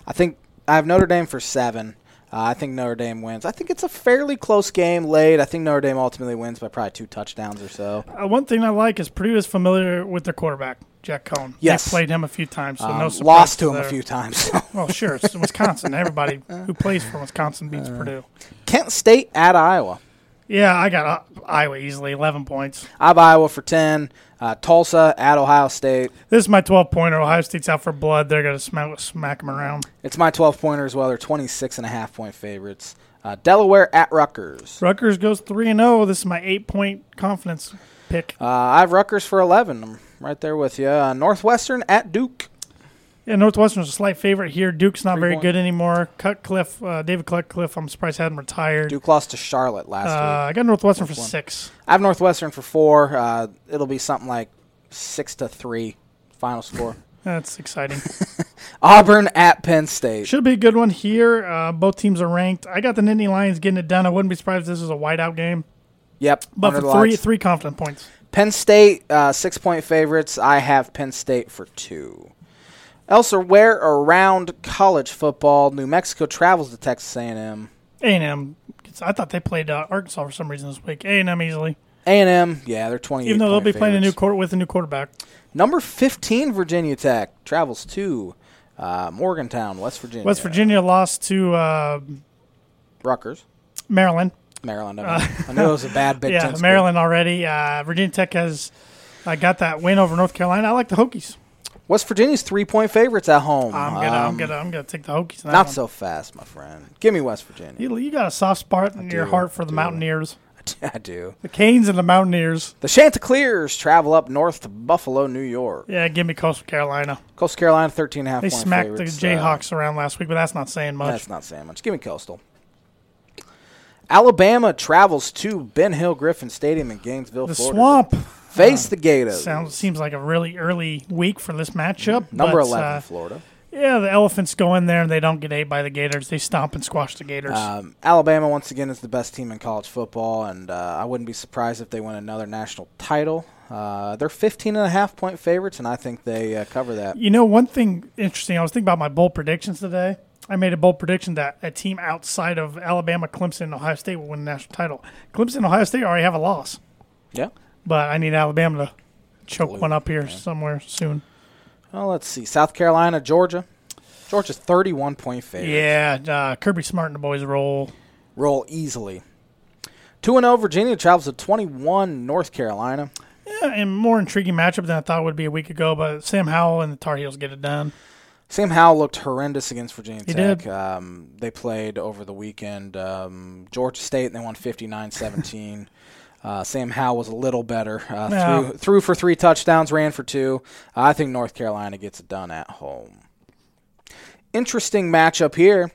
Speaker 2: I think I have Notre Dame for seven. Uh, I think Notre Dame wins. I think it's a fairly close game late. I think Notre Dame ultimately wins by probably two touchdowns or so.
Speaker 1: Uh, one thing I like is Purdue is familiar with their quarterback, Jack Cohn.
Speaker 2: Yes.
Speaker 1: They've played him a few times, so no
Speaker 2: Um,
Speaker 1: surprise
Speaker 2: lost to him
Speaker 1: there.
Speaker 2: a few times.
Speaker 1: Well, sure, it's Wisconsin. Everybody who plays for Wisconsin beats
Speaker 2: Uh.
Speaker 1: Purdue.
Speaker 2: Kent State at Iowa.
Speaker 1: Yeah, I got uh, Iowa easily, eleven points.
Speaker 2: I have Iowa for ten. Uh, Tulsa at Ohio State.
Speaker 1: This is my twelve pointer. Ohio State's out for blood. They're going to smack smack them around.
Speaker 2: It's my twelve pointer as well. They're twenty six and a half point favorites. Uh, Delaware at Rutgers.
Speaker 1: Rutgers goes three and zero. This is my eight point confidence pick.
Speaker 2: Uh, I have Rutgers for eleven. I'm right there with you. Uh, Northwestern at Duke.
Speaker 1: Yeah, Northwestern's a slight favorite here. Duke's not
Speaker 2: Three
Speaker 1: very
Speaker 2: point-
Speaker 1: good anymore. Cutcliffe, uh, David Cutcliffe. I'm surprised had him retired.
Speaker 2: Duke lost to Charlotte last
Speaker 1: Uh,
Speaker 2: week.
Speaker 1: I got Northwestern for six.
Speaker 2: I have Northwestern for four. Uh, it'll be something like six to three final score.
Speaker 1: That's exciting.
Speaker 2: Auburn at Penn State.
Speaker 1: Should be a good one here. Uh, both teams are ranked. I got the Nittany Lions getting it done. I wouldn't be surprised if this is a whiteout game.
Speaker 2: Yep.
Speaker 1: But
Speaker 2: under
Speaker 1: for
Speaker 2: the
Speaker 1: three,
Speaker 2: lights.
Speaker 1: three confident points.
Speaker 2: Penn State uh, six point favorites. I have Penn State for two. Elsewhere around college football, New Mexico travels to Texas A&M.
Speaker 1: A and M. I thought they played uh, Arkansas for some reason this week. A and M easily,
Speaker 2: A&M, yeah, they're twenty.
Speaker 1: even though they'll be playing a new court with a new quarterback.
Speaker 2: number fifteen Virginia Tech travels to uh, Morgantown, West Virginia.
Speaker 1: West Virginia lost to uh,
Speaker 2: Rutgers,
Speaker 1: Maryland.
Speaker 2: Maryland. I, mean, I knew it was a bad Big
Speaker 1: Uh, yeah,
Speaker 2: Ten. school.
Speaker 1: Maryland already. Uh, Virginia Tech has uh, got that win over North Carolina. I like the Hokies.
Speaker 2: West Virginia's three point favorites at home.
Speaker 1: I'm gonna,
Speaker 2: Um,
Speaker 1: I'm gonna, I'm gonna take the Hokies. in that
Speaker 2: Not
Speaker 1: one.
Speaker 2: so fast, my friend. Give me West Virginia.
Speaker 1: You, you got a soft spot in your
Speaker 2: do,
Speaker 1: heart for
Speaker 2: I
Speaker 1: the
Speaker 2: do.
Speaker 1: Mountaineers,
Speaker 2: I do.
Speaker 1: the Canes, and the Mountaineers.
Speaker 2: The Chanticleers travel up north to Buffalo, New York.
Speaker 1: Yeah, give me Coastal Carolina.
Speaker 2: Coastal Carolina, 13 and a half
Speaker 1: They
Speaker 2: point
Speaker 1: smacked the
Speaker 2: favorites.
Speaker 1: Jayhawks around last week, but that's not saying
Speaker 2: Uh,
Speaker 1: much.
Speaker 2: that's not saying much. Give me Coastal. Alabama travels to Ben Hill Griffin Stadium in Gainesville,
Speaker 1: The
Speaker 2: Florida.
Speaker 1: Swamp
Speaker 2: Face the Gators.
Speaker 1: Um, sounds seems like a really early week for this matchup.
Speaker 2: Mm-hmm. Number
Speaker 1: but,
Speaker 2: 11,
Speaker 1: uh,
Speaker 2: Florida.
Speaker 1: yeah, the Elephants go in there and they don't get ate by the Gators. They stomp and squash the Gators.
Speaker 2: Um, Alabama, once again, is the best team in college football, and uh, I wouldn't be surprised if they win another national title. Uh, they're 15 and a half point favorites, and I think they uh, cover that.
Speaker 1: You know, one thing interesting, I was thinking about my bold predictions today. I made a bold prediction that a team outside of Alabama, Clemson, and Ohio State will win the national title. Clemson and Ohio State already have a loss,
Speaker 2: Yeah.
Speaker 1: but I need Alabama to choke
Speaker 2: Blew
Speaker 1: one
Speaker 2: it,
Speaker 1: up here somewhere soon.
Speaker 2: Well, let's see. South Carolina, Georgia. Georgia's 31 point favorite.
Speaker 1: Yeah, uh, Kirby Smart and the boys roll.
Speaker 2: Roll easily. 2 0 Virginia travels to 21 North Carolina.
Speaker 1: Yeah, and more intriguing matchup than I thought it would be a week ago, but Sam Howell and the Tar Heels get it done.
Speaker 2: Sam Howell looked horrendous against Virginia
Speaker 1: He
Speaker 2: Tech.
Speaker 1: did.
Speaker 2: Um, they played over the weekend um, Georgia State, and they won 59 17. Uh, Sam Howell was a little better. Uh,
Speaker 1: Yeah.
Speaker 2: threw, threw for three touchdowns, ran for two. I think North Carolina gets it done at home. Interesting matchup here.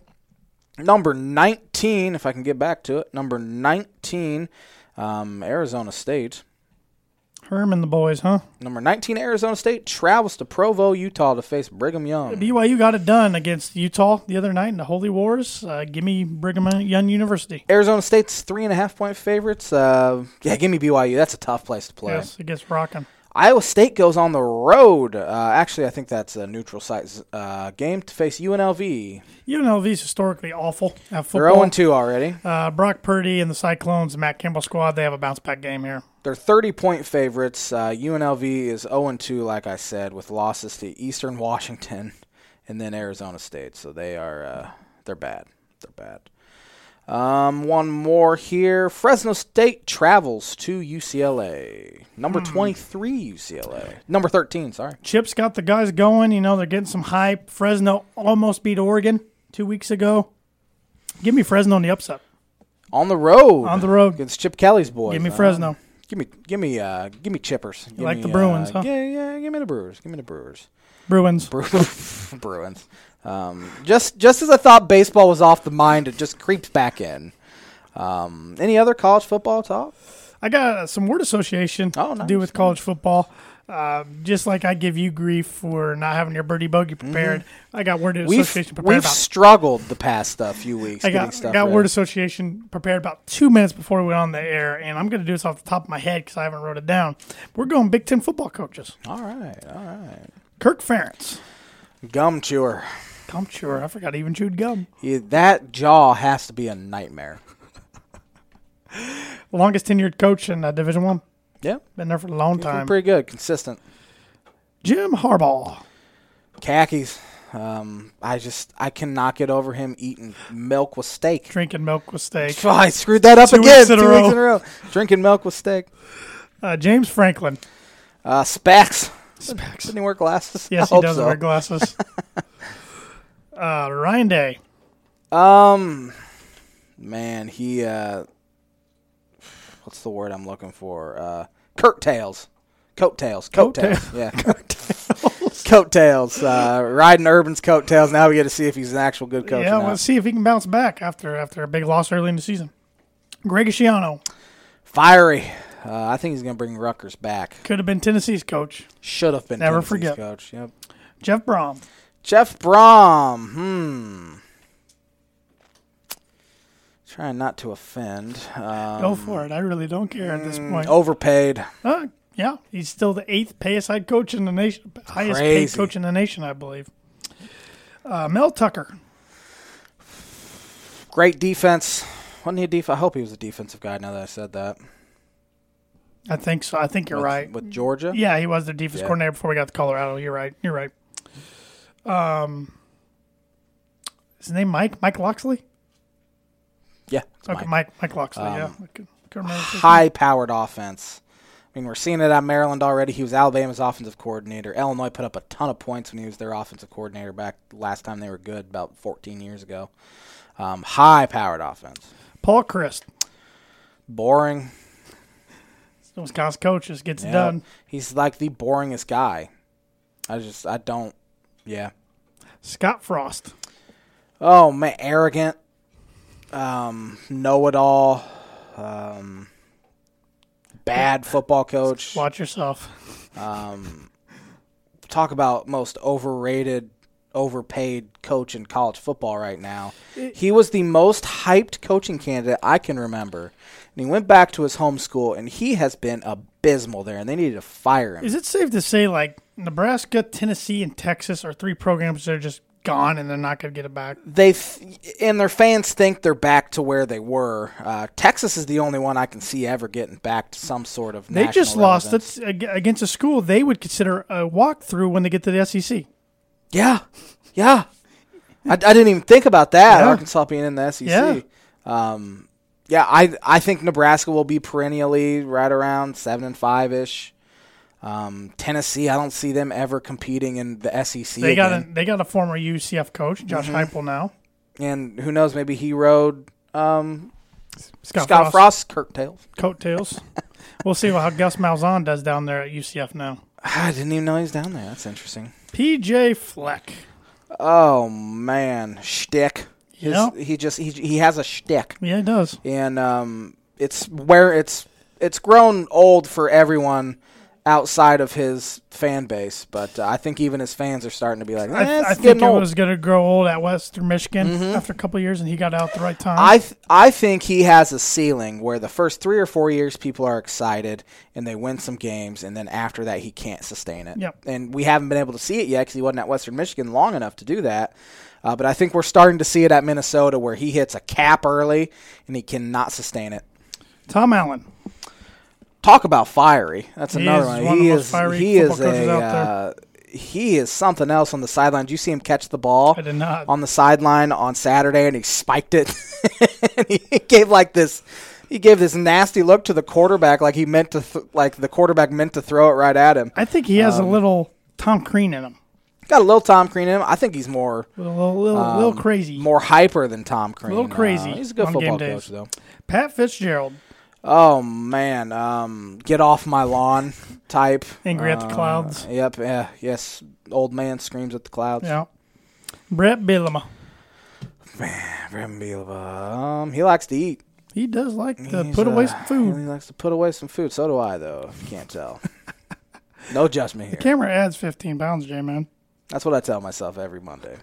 Speaker 2: Number 19, if I can get back to it, number 19, um, Arizona State.
Speaker 1: Herm and the boys, huh?
Speaker 2: Number 19, Arizona State travels to Provo, Utah to face Brigham Young.
Speaker 1: BYU got it done against Utah the other night in the Holy Wars. Uh, give me Brigham Young University.
Speaker 2: Arizona State's three and a half point favorites. Uh, yeah, give me BYU. That's a tough place to play.
Speaker 1: Yes, it gets rocking.
Speaker 2: Iowa State goes on the road. Uh, actually, I think that's a neutral site uh, game to face UNLV.
Speaker 1: UNLV's historically awful at
Speaker 2: They're 0
Speaker 1: football.
Speaker 2: 2 already.
Speaker 1: Uh, Brock Purdy and the Cyclones, the Matt Campbell squad, they have a bounce back game here.
Speaker 2: They're 30 point favorites. Uh, UNLV is 0 2, like I said, with losses to Eastern Washington and then Arizona State. So they are uh, they're bad. They're bad. Um, one more here. Fresno State travels to UCLA. Number
Speaker 1: Hmm.
Speaker 2: 23 UCLA. Number 13, sorry.
Speaker 1: Chip's got the guys going. You know, they're getting some hype. Fresno almost beat Oregon two weeks ago. Give me Fresno on the upset.
Speaker 2: On the road.
Speaker 1: On the road.
Speaker 2: Against Chip Kelly's boys.
Speaker 1: Give me
Speaker 2: huh?
Speaker 1: Fresno.
Speaker 2: Give me, give me, uh, give me chippers. Give
Speaker 1: like
Speaker 2: me,
Speaker 1: the Bruins,
Speaker 2: uh,
Speaker 1: huh?
Speaker 2: Yeah, yeah. Give me the Brewers. Give me the Brewers.
Speaker 1: Bruins.
Speaker 2: Bru- Bruins. Um, just, just as I thought baseball was off the mind, it just creeps back in. Um, any other college football talk?
Speaker 1: I got uh, some word association
Speaker 2: Oh,
Speaker 1: to
Speaker 2: nice,
Speaker 1: do with college football. Uh, just like I give you grief for not having your birdie bogey prepared, I got word
Speaker 2: Mm-hmm. We've,
Speaker 1: association prepared
Speaker 2: we've
Speaker 1: about.
Speaker 2: struggled the past uh, few weeks.
Speaker 1: I
Speaker 2: getting
Speaker 1: got,
Speaker 2: stuff
Speaker 1: I got
Speaker 2: ready.
Speaker 1: word association prepared about two minutes before we went on the air, and I'm going to do this off the top of my head because I haven't wrote it down. We're going Big Ten football coaches.
Speaker 2: All right, all right.
Speaker 1: Kirk Ferentz.
Speaker 2: Gum chewer.
Speaker 1: I'm sure I forgot I even chewed gum.
Speaker 2: Yeah, that jaw has to be a nightmare.
Speaker 1: Longest tenured coach in uh, Division One.
Speaker 2: Yeah,
Speaker 1: Been there for a long time.
Speaker 2: pretty good, consistent.
Speaker 1: Jim Harbaugh.
Speaker 2: Khakis. Um, I just I cannot get over him eating milk with steak.
Speaker 1: Drinking milk with steak.
Speaker 2: Oh, I screwed that up
Speaker 1: Two
Speaker 2: again.
Speaker 1: weeks in a
Speaker 2: two
Speaker 1: row.
Speaker 2: weeks in a row. Drinking milk with steak.
Speaker 1: Uh, James Franklin.
Speaker 2: Uh, Spax. Spax. Didn't he wear glasses?
Speaker 1: Yes, he
Speaker 2: I hope
Speaker 1: does
Speaker 2: so.
Speaker 1: wear glasses. uh, Ryan Day.
Speaker 2: Um, man, he. Uh, what's the word I'm looking for? Uh, curtails. Coattails. Coattails. Yeah. coattails. Uh, riding Urban's coattails. Now we get to see if he's an actual good coach.
Speaker 1: yeah,
Speaker 2: or not.
Speaker 1: let's see if he can bounce back after after a big loss early in the season. Greg Schiano
Speaker 2: Fiery. Uh, I think he's going to bring Rutgers back.
Speaker 1: could have been Tennessee's coach.
Speaker 2: Should have been
Speaker 1: Never
Speaker 2: Tennessee's
Speaker 1: forget.
Speaker 2: coach. Yep.
Speaker 1: Jeff Brom.
Speaker 2: Jeff Brom. Hmm. Trying not to offend. Um, mm, oh.
Speaker 1: Go for it. I really don't care at this point.
Speaker 2: overpaid.
Speaker 1: Uh, yeah, he's still the eighth pay aside coach in the nation, highest paid
Speaker 2: Crazy.
Speaker 1: coach in the nation, I believe. Uh, Mel Tucker.
Speaker 2: Great defense. Wasn't he a def- I hope he was a defensive guy. Now that I said that,
Speaker 1: I think so. I think you're
Speaker 2: with,
Speaker 1: right.
Speaker 2: With Georgia,
Speaker 1: Yeah, he was the defense
Speaker 2: Yeah.
Speaker 1: coordinator before we got to Colorado. You're right. You're right. Um, is his name Mike? Mike Loxley?
Speaker 2: yeah, it's
Speaker 1: Okay,
Speaker 2: Mike. Um,
Speaker 1: Mike. Mike Loxley. yeah, I could, could remember. his name.
Speaker 2: high-powered offense. I mean, we're seeing it at Maryland already. He was Alabama's offensive coordinator. Illinois put up a ton of points when he was their offensive coordinator back last time they were good, about 14 years ago. Um, high-powered offense.
Speaker 1: Paul Christ,
Speaker 2: Boring.
Speaker 1: the Wisconsin coach, just gets it
Speaker 2: Yeah.
Speaker 1: done.
Speaker 2: He's like the boringest guy. I just I don't yeah.
Speaker 1: Scott Frost.
Speaker 2: Oh man, arrogant. Um know it all. Um bad football coach.
Speaker 1: Watch yourself.
Speaker 2: Um talk about most overrated overpaid coach in college football right now. He was the most hyped coaching candidate I can remember. And he went back to his home school and he has been abysmal there and they needed to fire him.
Speaker 1: Is it safe to say like Nebraska, Tennessee, and Texas are three programs that are just gone and they're not going to get it back?
Speaker 2: they th- and their fans think they're back to where they were. Uh, Texas is the only one I can see ever getting back to some sort of.
Speaker 1: They
Speaker 2: national
Speaker 1: just lost
Speaker 2: relevance.
Speaker 1: that's ag- against a school they would consider a walkthrough when they get to the E SEC.
Speaker 2: Yeah, yeah. I, I didn't even think about that.
Speaker 1: Yeah.
Speaker 2: Arkansas being in the SEC.
Speaker 1: Yeah.
Speaker 2: Um, yeah, I I think Nebraska will be perennially right around seven and five ish. Um, Tennessee, I don't see them ever competing in the SEC.
Speaker 1: They got a
Speaker 2: again.
Speaker 1: they got a former UCF coach, Josh
Speaker 2: Mm-hmm.
Speaker 1: Heupel now.
Speaker 2: and who knows? Maybe he rode um,
Speaker 1: Scott,
Speaker 2: Scott
Speaker 1: Frost,
Speaker 2: Frost's curtails.
Speaker 1: coattails. we'll see how Gus Malzahn does down there at UCF now.
Speaker 2: Ah, I didn't even know he was down there. That's interesting.
Speaker 1: PJ Fleck.
Speaker 2: Oh man, shtick. His,
Speaker 1: Yeah.
Speaker 2: He just he he has a shtick,
Speaker 1: Yeah, he does.
Speaker 2: and um, it's where it's it's grown old for everyone outside of his fan base, but uh, I think even his fans are starting to be like, eh,
Speaker 1: I,
Speaker 2: it's
Speaker 1: I think
Speaker 2: getting
Speaker 1: it
Speaker 2: old. Mm-hmm.
Speaker 1: was going to grow old at Western Michigan after a couple of years, and he got out at the right time.
Speaker 2: I th- I think he has a ceiling where the first three or four years people are excited and they win some games, and then after that he can't sustain it.
Speaker 1: Yep.
Speaker 2: And we haven't been able to see it yet because he wasn't at Western Michigan long enough to do that. Uh, but I think we're starting to see it at Minnesota where he hits a cap early and he cannot sustain it.
Speaker 1: Tom Allen.
Speaker 2: Talk about fiery. That's
Speaker 1: He
Speaker 2: another
Speaker 1: is
Speaker 2: one.
Speaker 1: one of
Speaker 2: he
Speaker 1: the most
Speaker 2: is
Speaker 1: fiery
Speaker 2: he is
Speaker 1: football coaches
Speaker 2: a,
Speaker 1: out there.
Speaker 2: uh, he is something else on the sideline. Do you see him catch the ball?
Speaker 1: I did not.
Speaker 2: on the sideline on Saturday and he spiked it. and he gave like this he gave this nasty look to the quarterback like he meant to th- like the quarterback meant to throw it right at him.
Speaker 1: I think he has
Speaker 2: Um,
Speaker 1: a little Tom Crean in him.
Speaker 2: Got a little Tom Crean in him. I think he's more
Speaker 1: A little, little, little crazy.
Speaker 2: Um, more hyper than Tom Crean.
Speaker 1: little crazy
Speaker 2: Uh, he's a good
Speaker 1: on
Speaker 2: football
Speaker 1: game
Speaker 2: coach
Speaker 1: days.
Speaker 2: though.
Speaker 1: Pat Fitzgerald,
Speaker 2: Oh man, um, get off my lawn type. Uh,
Speaker 1: Angry at the clouds.
Speaker 2: Yep, yeah, yes. Old man screams at the clouds.
Speaker 1: yeah. Brett Bielema.
Speaker 2: Brandon Bielema, um, he likes to eat.
Speaker 1: He does like to
Speaker 2: He's,
Speaker 1: put away
Speaker 2: uh,
Speaker 1: some food.
Speaker 2: He likes to put away some food. So do I, though. If you can't tell. no judgment here.
Speaker 1: Camera adds 15 pounds, J man.
Speaker 2: That's what I tell myself every Monday.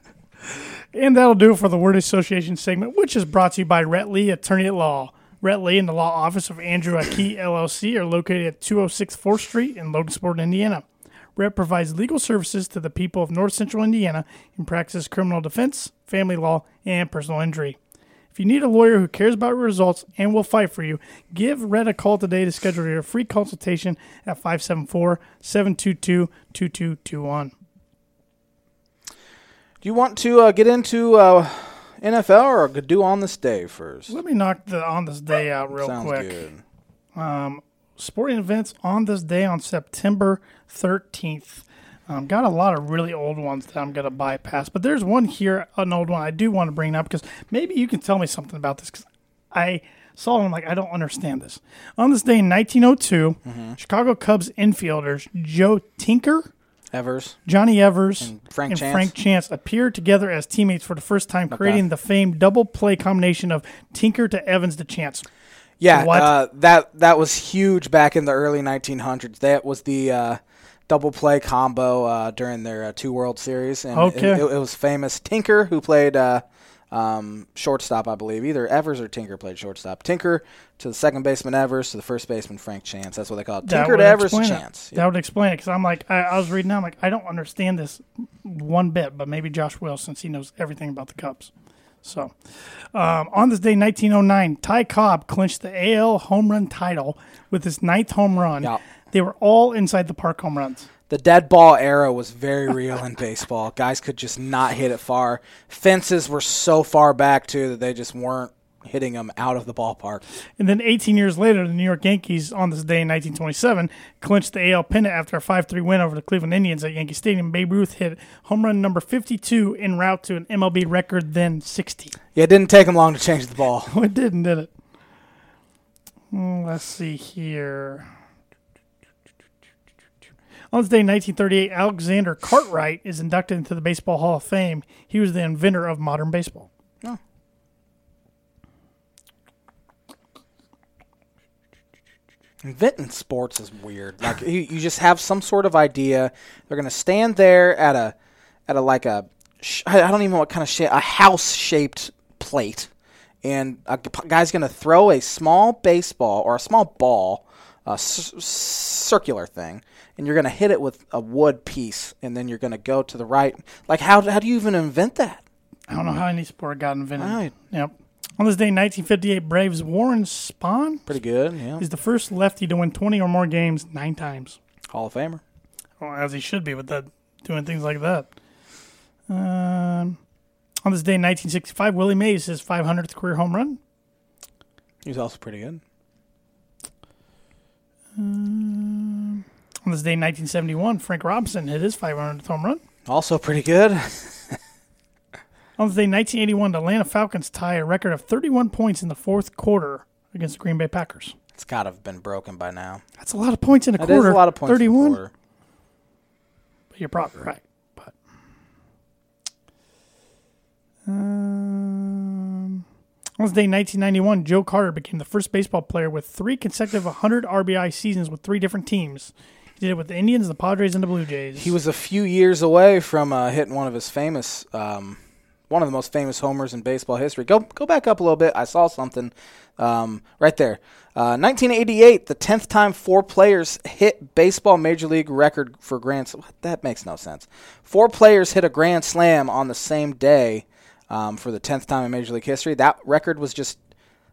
Speaker 1: And that'll do it for the Word Association segment, which is brought to you by Rhett Lee, attorney at law. Rhett Lee and the law office of Andrew Aki LLC are located at 206 4th Street in Logansport, Indiana. Rhett provides legal services to the people of north central Indiana and practices criminal defense, family law, and personal injury. If you need a lawyer who cares about results and will fight for you, give Red a call today to schedule your free consultation at 574 722 2221.
Speaker 2: Do you want to uh, get into uh, NFL or could do on this day first?
Speaker 1: Let me knock the on this day out real
Speaker 2: Sounds
Speaker 1: quick.
Speaker 2: good.
Speaker 1: sporting events on this day on September 13th. Um, got a lot of really old ones that I'm going to bypass, but there's one here, an old one I do want to bring up because maybe you can tell me something about this because I saw it and I'm like, I don't understand this. On this day in 1902,
Speaker 2: Mm-hmm.
Speaker 1: Chicago Cubs infielders Joe Tinker,
Speaker 2: Evers.
Speaker 1: Johnny Evers, and
Speaker 2: Frank Chance.
Speaker 1: Frank Chance appeared together as teammates for the first time, creating the famed double play combination of Tinker to Evans to Chance.
Speaker 2: Yeah,
Speaker 1: What?
Speaker 2: Uh, that that was huge back in the early 1900s. That was the uh, double play combo uh, during their uh, two World Series, and
Speaker 1: Okay.
Speaker 2: it, it, it was famous. Tinker, who played uh, um, shortstop, I believe, either Evers or Tinker played shortstop. Tinker to the second baseman Evers to the first baseman Frank Chance. That's what they call it.
Speaker 1: That
Speaker 2: Tinker
Speaker 1: would
Speaker 2: to Evers
Speaker 1: explain it.
Speaker 2: Chance.
Speaker 1: That would explain it because I'm like, I, I was reading, I'm like, I don't understand this one bit, but maybe Josh will since he knows everything about the Cubs. So, um, on this day, 1909, Ty Cobb clinched the AL home run title with his ninth home run.
Speaker 2: Yeah.
Speaker 1: They were all inside the park home runs.
Speaker 2: The dead ball era was very real in baseball. Guys could just not hit it far. Fences were so far back too that they just weren't hitting them out of the ballpark.
Speaker 1: And then 18 years later, the New York Yankees, on this day in 1927, clinched the AL pennant after a 5 3 win over the Cleveland Indians at Yankee Stadium. Babe Ruth hit home run number 52 en route to an MLB record, then 60.
Speaker 2: Yeah, it didn't take them long to change the ball.
Speaker 1: Oh, it didn't, did it? Mm, Let's see here. On this day, in 1938, Alexander Cartwright is inducted into the Baseball Hall of Fame. He was the inventor of modern baseball.
Speaker 2: Inventing sports is weird. Like you, you just have some sort of idea. They're gonna stand there at a at a like a sh- I I don't even know what kind of shape a house shaped plate, and a g- guy's gonna throw a small baseball or a small ball, a c- circular thing, and you're gonna hit it with a wood piece, and then you're gonna go to the right. Like how how do you even invent that?
Speaker 1: I don't know how any sport got invented.
Speaker 2: Right.
Speaker 1: Yep. On this day, in 1958, Braves Warren Spahn
Speaker 2: Pretty good, yeah.
Speaker 1: is the first lefty to win 20 or more games nine times.
Speaker 2: Hall of Famer.
Speaker 1: Well, as he should be with that, doing things like that. Um, on this day in 1965, Willie Mays his 500th career home run.
Speaker 2: He was also pretty good.
Speaker 1: On this day in 1971, Frank Robinson hit his 500th home run.
Speaker 2: Also pretty good.
Speaker 1: On this day in 1981, the Atlanta Falcons tie a record of 31 points in the fourth quarter against the Green Bay Packers.
Speaker 2: It's gotta have been broken by now.
Speaker 1: That's a lot of points in a
Speaker 2: That is
Speaker 1: quarter.
Speaker 2: a lot of points. in a
Speaker 1: 31.
Speaker 2: quarter.
Speaker 1: But you're probably right. But um, on this day, in 1991, Joe Carter became the first baseball player with three consecutive 100 RBI seasons with three different teams. He's He did it with the Indians, the Padres, and the Blue Jays.
Speaker 2: He was a few years away from uh, hitting one of his famous, um, one of the most famous homers in baseball history. Go go back up a little bit. I saw something um, right there. Uh, 1988, the tenth time four players hit baseball major league record for grand. Sl- What? That makes no sense. Four players hit a grand slam on the same day um, for the tenth time in major league history. That record was just.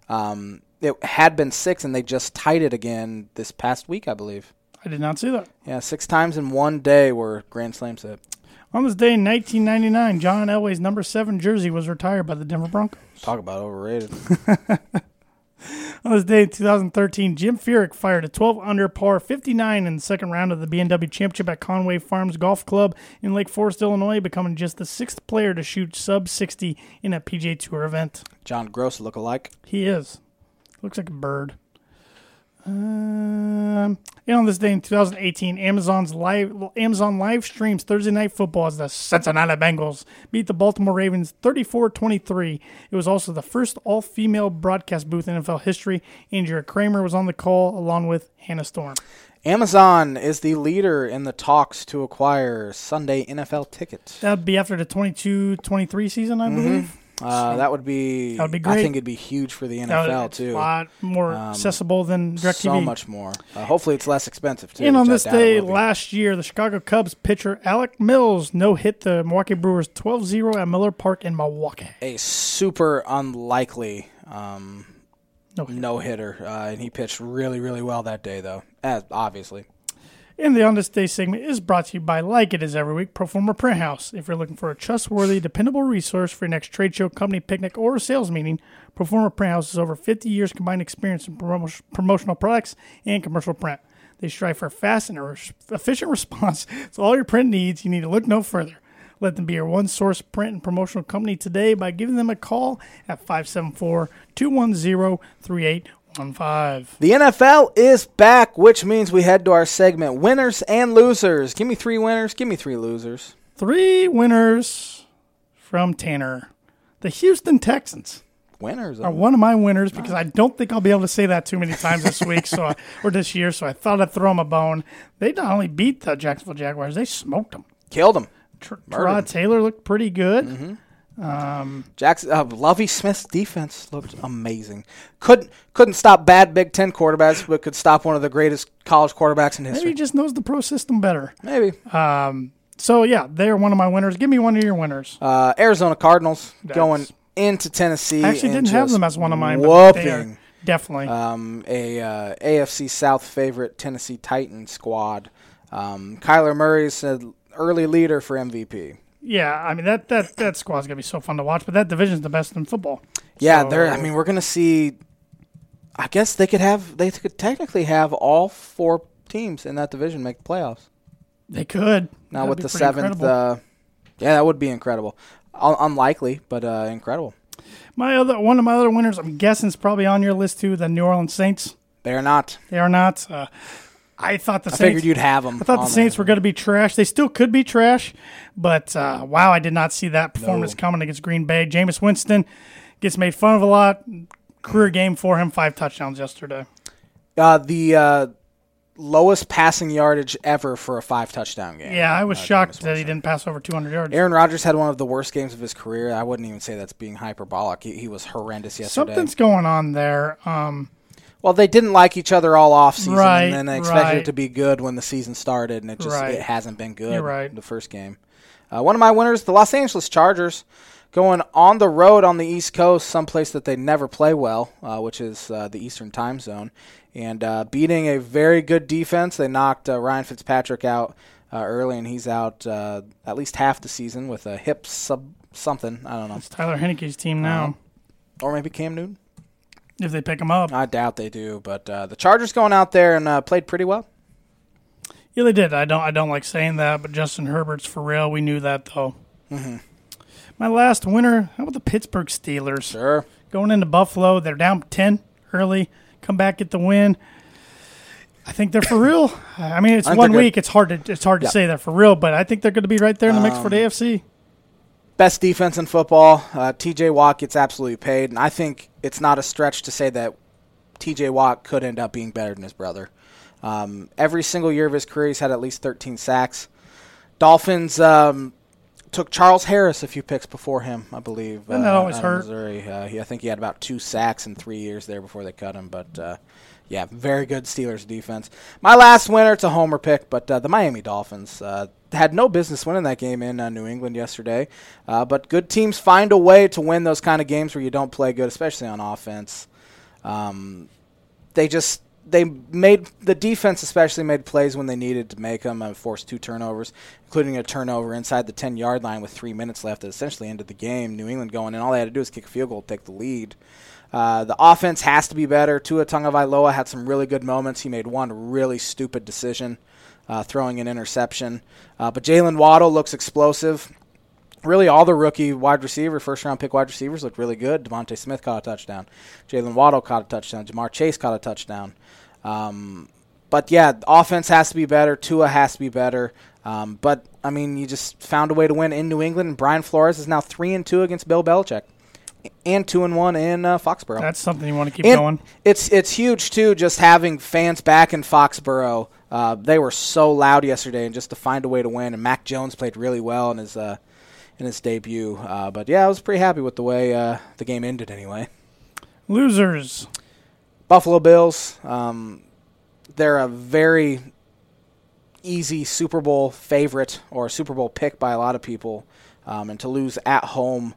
Speaker 2: Um, it had been six, and they just tied it again this past week, I believe.
Speaker 1: I did not see that.
Speaker 2: Yeah, six times in one day were grand slams hit.
Speaker 1: On this day in 1999, John Elway's number seven jersey was retired by the Denver Broncos.
Speaker 2: Talk about overrated.
Speaker 1: On this day in 2013, Jim Furyk fired a 12 under par 59 in the second round of the BMW Championship at Conway Farms Golf Club in Lake Forest, Illinois, becoming just the sixth player to shoot sub 60 in a PJ Tour event.
Speaker 2: John Gross look alike.
Speaker 1: He is. Looks like a bird. Um, and on this day in 2018, Amazon's live Amazon live streams Thursday Night Football as the Cincinnati Bengals beat the Baltimore Ravens 34-23. It was also the first all-female broadcast booth in NFL history. Andrea Kramer was on the call along with Hannah Storm.
Speaker 2: Amazon is the leader in the talks to acquire Sunday NFL tickets.
Speaker 1: That would be after the 22-23 season, I believe.
Speaker 2: Uh, that would be.
Speaker 1: That would be
Speaker 2: I
Speaker 1: great.
Speaker 2: think it'd be huge for the
Speaker 1: That would-
Speaker 2: NFL
Speaker 1: it's
Speaker 2: too.
Speaker 1: A lot more accessible than DirecTV.
Speaker 2: So much more. Uh, hopefully, it's less expensive too.
Speaker 1: And on
Speaker 2: which I
Speaker 1: this
Speaker 2: doubt it
Speaker 1: day
Speaker 2: will be.
Speaker 1: last year, the Chicago Cubs pitcher Alec Mills no hit the Milwaukee Brewers 12 0 at Miller Park in Milwaukee.
Speaker 2: a super unlikely um,
Speaker 1: No hit.
Speaker 2: no hitter, uh, and he pitched really, really well that day though. As, obviously,
Speaker 1: And the On This Day segment is brought to you by, like it is every week, Proforma Print House. If you're looking for a trustworthy, dependable resource for your next trade show, company picnic, or sales meeting, Proforma Print House has over 50 years combined experience in promo- promotional products and commercial print. They strive for fast and res- efficient response to all your print needs. You need to look no further. Let them be your one source print and promotional company today by giving them a call at 574 210 3815.
Speaker 2: the NFL is back, which means we head to our segment: winners and losers. Give me three winners. Give me three losers.
Speaker 1: Three winners from Tanner. The Houston Texans
Speaker 2: Winners. uh,
Speaker 1: are one of my winners because I don't think I'll be able to say that too many times this week so I, or this year, so I thought I'd throw them a bone. They not only beat the Jacksonville Jaguars, they smoked them.
Speaker 2: Killed him.
Speaker 1: Tr-
Speaker 2: Murdered 'em. Mm-hmm.
Speaker 1: Terod Taylor looked pretty good.
Speaker 2: Jackson uh, Lovey Smith's defense looked amazing. Couldn't couldn't stop bad Big Ten quarterbacks, but could stop one of the greatest college quarterbacks in
Speaker 1: Maybe he
Speaker 2: history.
Speaker 1: just knows the pro system better.
Speaker 2: Maybe.
Speaker 1: So, yeah, they're one of my winners. Give me one of your winners.
Speaker 2: Uh, Arizona Cardinals
Speaker 1: That's-
Speaker 2: going into Tennessee.
Speaker 1: I actually
Speaker 2: and
Speaker 1: didn't have
Speaker 2: just
Speaker 1: them as one of mine, but they are
Speaker 2: Whooping
Speaker 1: definitely.
Speaker 2: um, a uh, AFC South favorite Tennessee Titan squad. Um, Kyler Murray's an early leader for MVP.
Speaker 1: yeah, I mean, that, that, that squad's going to be so fun to watch, but that division's the best in football.
Speaker 2: Yeah,
Speaker 1: So-
Speaker 2: they're. I mean, we're gonna see. I guess they could have. They could technically have all four teams in that division make the playoffs.
Speaker 1: They could.
Speaker 2: Now
Speaker 1: That'd
Speaker 2: with
Speaker 1: be
Speaker 2: the
Speaker 1: pretty
Speaker 2: seventh,
Speaker 1: incredible.
Speaker 2: uh, yeah, that would be incredible. Un- unlikely, but uh, incredible.
Speaker 1: My other one of my other winners, I'm guessing, is probably on your list too. The New Orleans Saints.
Speaker 2: They are not.
Speaker 1: They are not. Uh, I thought the
Speaker 2: I
Speaker 1: Saints.
Speaker 2: figured Oh, you'd have them.
Speaker 1: I thought the Saints were going to be trash. They still could be trash, but uh, wow, I did not see that performance coming against Green Bay. Jameis Winston gets made fun of a lot. Career game for him, five touchdowns yesterday.
Speaker 2: uh, the uh, lowest passing yardage ever for a five touchdown game.
Speaker 1: Yeah, I was
Speaker 2: Uh,
Speaker 1: shocked
Speaker 2: Jameis
Speaker 1: that he
Speaker 2: Winston.
Speaker 1: didn't pass over 200 yards.
Speaker 2: Aaron Rodgers had one of the worst games of his career. I wouldn't even say that's being hyperbolic. He, he was horrendous yesterday.
Speaker 1: Something's going on there. Um,
Speaker 2: Well, they didn't like each other all off season,
Speaker 1: Right,
Speaker 2: and then they expected
Speaker 1: right.
Speaker 2: it to be good when the season started, and it just
Speaker 1: Right.
Speaker 2: it hasn't been good.
Speaker 1: You're right.
Speaker 2: The first game, uh, one of my winners, the Los Angeles Chargers, going on the road on the East Coast, someplace that they never play well, uh, which is uh, the Eastern Time Zone, and uh, beating a very good defense. They knocked uh, Ryan Fitzpatrick out uh, early, and he's out uh, at least half the season with a hip sub something. I don't know,
Speaker 1: it's Tyler Heineke's team now.
Speaker 2: or maybe Cam Newton.
Speaker 1: if they pick him up,
Speaker 2: I doubt they do, but uh, the Chargers going out there and uh, played pretty well.
Speaker 1: Yeah, they did. I don't. I don't like saying that, but Justin Herbert's for real. We knew that though.
Speaker 2: Mm-hmm.
Speaker 1: My last winner. How about the Pittsburgh Steelers
Speaker 2: Sure.
Speaker 1: going into Buffalo? They're down ten early. Come back, get the win. I think they're for real. I mean, it's
Speaker 2: I think
Speaker 1: one
Speaker 2: they're good.
Speaker 1: week. It's hard to it's hard to
Speaker 2: Yeah. Um,
Speaker 1: say they're for real, but I think they're going to be right there in the mix for the AFC.
Speaker 2: Best defense in football. Uh, TJ Watt gets absolutely paid, and I think it's not a stretch to say that TJ Watt could end up being better than his brother. Um, every single year of his career, he's had at least 13 sacks. Dolphins um, took Charles Harris a few picks before him, I believe.
Speaker 1: Doesn't that always
Speaker 2: out of
Speaker 1: hurt?
Speaker 2: Missouri. Uh, he, I think he had about two sacks in three years there before they cut him. But uh, yeah, very good Steelers defense. My last winner, it's a homer pick, but uh, the Miami Dolphins uh, had no business winning that game in uh, New England yesterday. Uh, but good teams find a way to win those kind of games where you don't play good, especially on offense. Um, they just they made the defense especially made plays when they needed to make them and forced two turnovers, including a turnover inside the ten yard line with three minutes left that essentially ended the game. New England going in, all they had to do was kick a field goal, to take the lead. Uh, the offense has to be better. Tua Tagovailoa had some really good moments. He made one really stupid decision, uh, throwing an interception. Uh, but Jalen Waddle looks explosive really all the rookie wide receiver, first round pick wide receivers looked really good. Devontae Smith caught a touchdown. Jalen Waddle caught a touchdown. Jamar Chase caught a touchdown. Um, but yeah, the offense has to be better. Tua has to be better. Um, but I mean, you just found a way to win in New England. And Brian Flores is now three and two against Bill Belichick, and two and one in uh, Foxborough.
Speaker 1: That's something you want to keep
Speaker 2: And
Speaker 1: going.
Speaker 2: It's it's huge too. Just having fans back in Foxborough. Uh, they were so loud yesterday, and just to find a way to win. And Mac Jones played really well in his uh, in his debut. Uh, but yeah, I was pretty happy with the way uh, the game ended. Anyway,
Speaker 1: Losers.
Speaker 2: Buffalo Bills. Um, they're a very easy Super Bowl favorite or Super Bowl pick by a lot of people, um, and to lose at home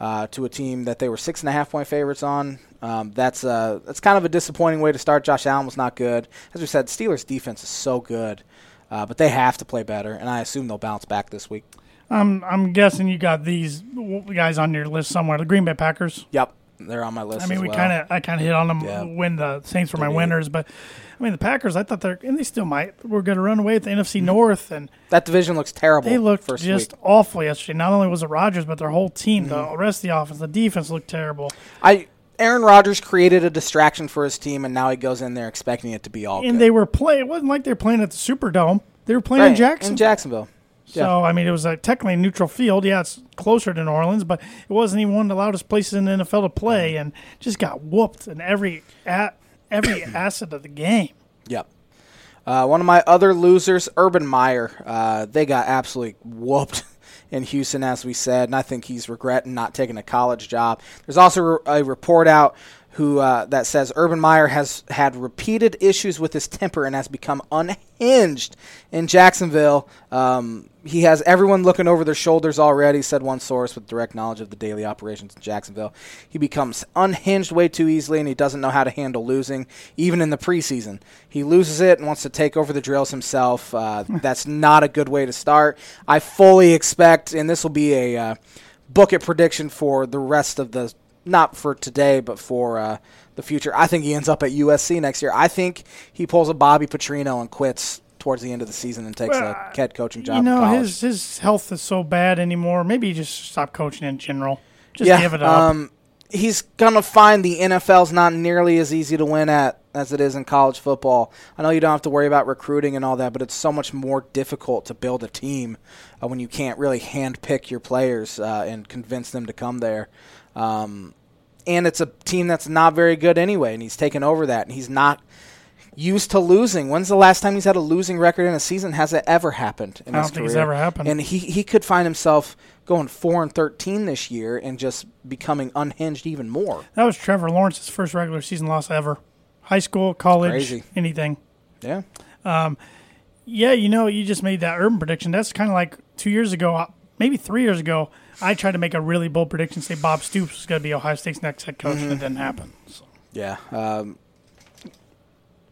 Speaker 2: uh, to a team that they were six and a half point favorites on. Um, that's uh, that's kind of a disappointing way to start. Josh Allen was not good. As we said, Steelers defense is so good, uh, but they have to play better, and I assume they'll bounce back this week.
Speaker 1: I'm I'm guessing you got these w- guys on your list somewhere. The Green Bay Packers.
Speaker 2: Yep, they're on my list.
Speaker 1: I mean,
Speaker 2: as
Speaker 1: we
Speaker 2: well.
Speaker 1: kind of I kind of hit on them
Speaker 2: Yeah.
Speaker 1: when the Saints were my
Speaker 2: Did you?
Speaker 1: winners, but I mean the Packers. I thought they're and they still might. We're going to run away with the NFC North, and
Speaker 2: that division looks terrible.
Speaker 1: they looked
Speaker 2: Mm-hmm. first week. Mm-hmm.
Speaker 1: just awful yesterday. Not only was it Rodgers, but their whole team, the rest of the offense, the defense looked terrible.
Speaker 2: I Aaron Rodgers created a distraction for his team, and now he goes in there expecting it to be all
Speaker 1: And
Speaker 2: good.
Speaker 1: they were play. It wasn't like they were playing at the Superdome. They were playing
Speaker 2: Right,
Speaker 1: in Jacksonville.
Speaker 2: Jacksonville. Yeah.
Speaker 1: So I mean, it was a technically a neutral field. Yeah, it's closer to New Orleans, but it wasn't even one of the loudest places in the NFL to play,
Speaker 2: Mm-hmm.
Speaker 1: and just got whooped in every at every asset of the game.
Speaker 2: Yep. Uh, one of my other losers, Urban Meyer. Uh, they got absolutely whooped in Houston, as we said, and I think he's regretting not taking a college job. There's also a report out who uh, that says Urban Meyer has had repeated issues with his temper and has become unhinged in Jacksonville. Um, he has everyone looking over their shoulders already, said one source with direct knowledge of the daily operations in Jacksonville. He becomes unhinged way too easily, and he doesn't know how to handle losing, even in the preseason. He loses it and wants to take over the drills himself. Uh, that's not a good way to start. I fully expect, and this will be a uh, book it prediction for the rest of the not for today, but for uh, the future. I think he ends up at USC next year. I think he pulls a Bobby Petrino and quits towards the end of the season and takes
Speaker 1: Well,
Speaker 2: a head coaching job.
Speaker 1: you
Speaker 2: in
Speaker 1: know,
Speaker 2: college.
Speaker 1: his his health is so bad anymore. Maybe he just stop coaching in general. Just give it up.
Speaker 2: Um, he's gonna find the NFL's not nearly as easy to win at as it is in college football. I know you don't have to worry about recruiting and all that, but it's so much more difficult to build a team uh, when you can't really handpick your players uh, and convince them to come there. Um, and it's a team that's not very good anyway, and he's taken over that, and he's not used to losing. When's the last time he's had a losing record in a season? Has it ever happened? In
Speaker 1: I don't
Speaker 2: his
Speaker 1: think it's
Speaker 2: career?
Speaker 1: ever happened.
Speaker 2: And he he could find himself going four and thirteen this year and just becoming unhinged even more.
Speaker 1: that was Trevor Lawrence's first regular season loss ever. High school, college,
Speaker 2: Crazy.
Speaker 1: anything.
Speaker 2: Yeah.
Speaker 1: Yeah, you know, you just made that urban prediction. That's kind of like two years ago, uh, maybe three years ago. I tried to make a really bold prediction, say Bob Stoops was going to be Ohio State's next head coach, and it didn't happen. So,
Speaker 2: Yeah. Um,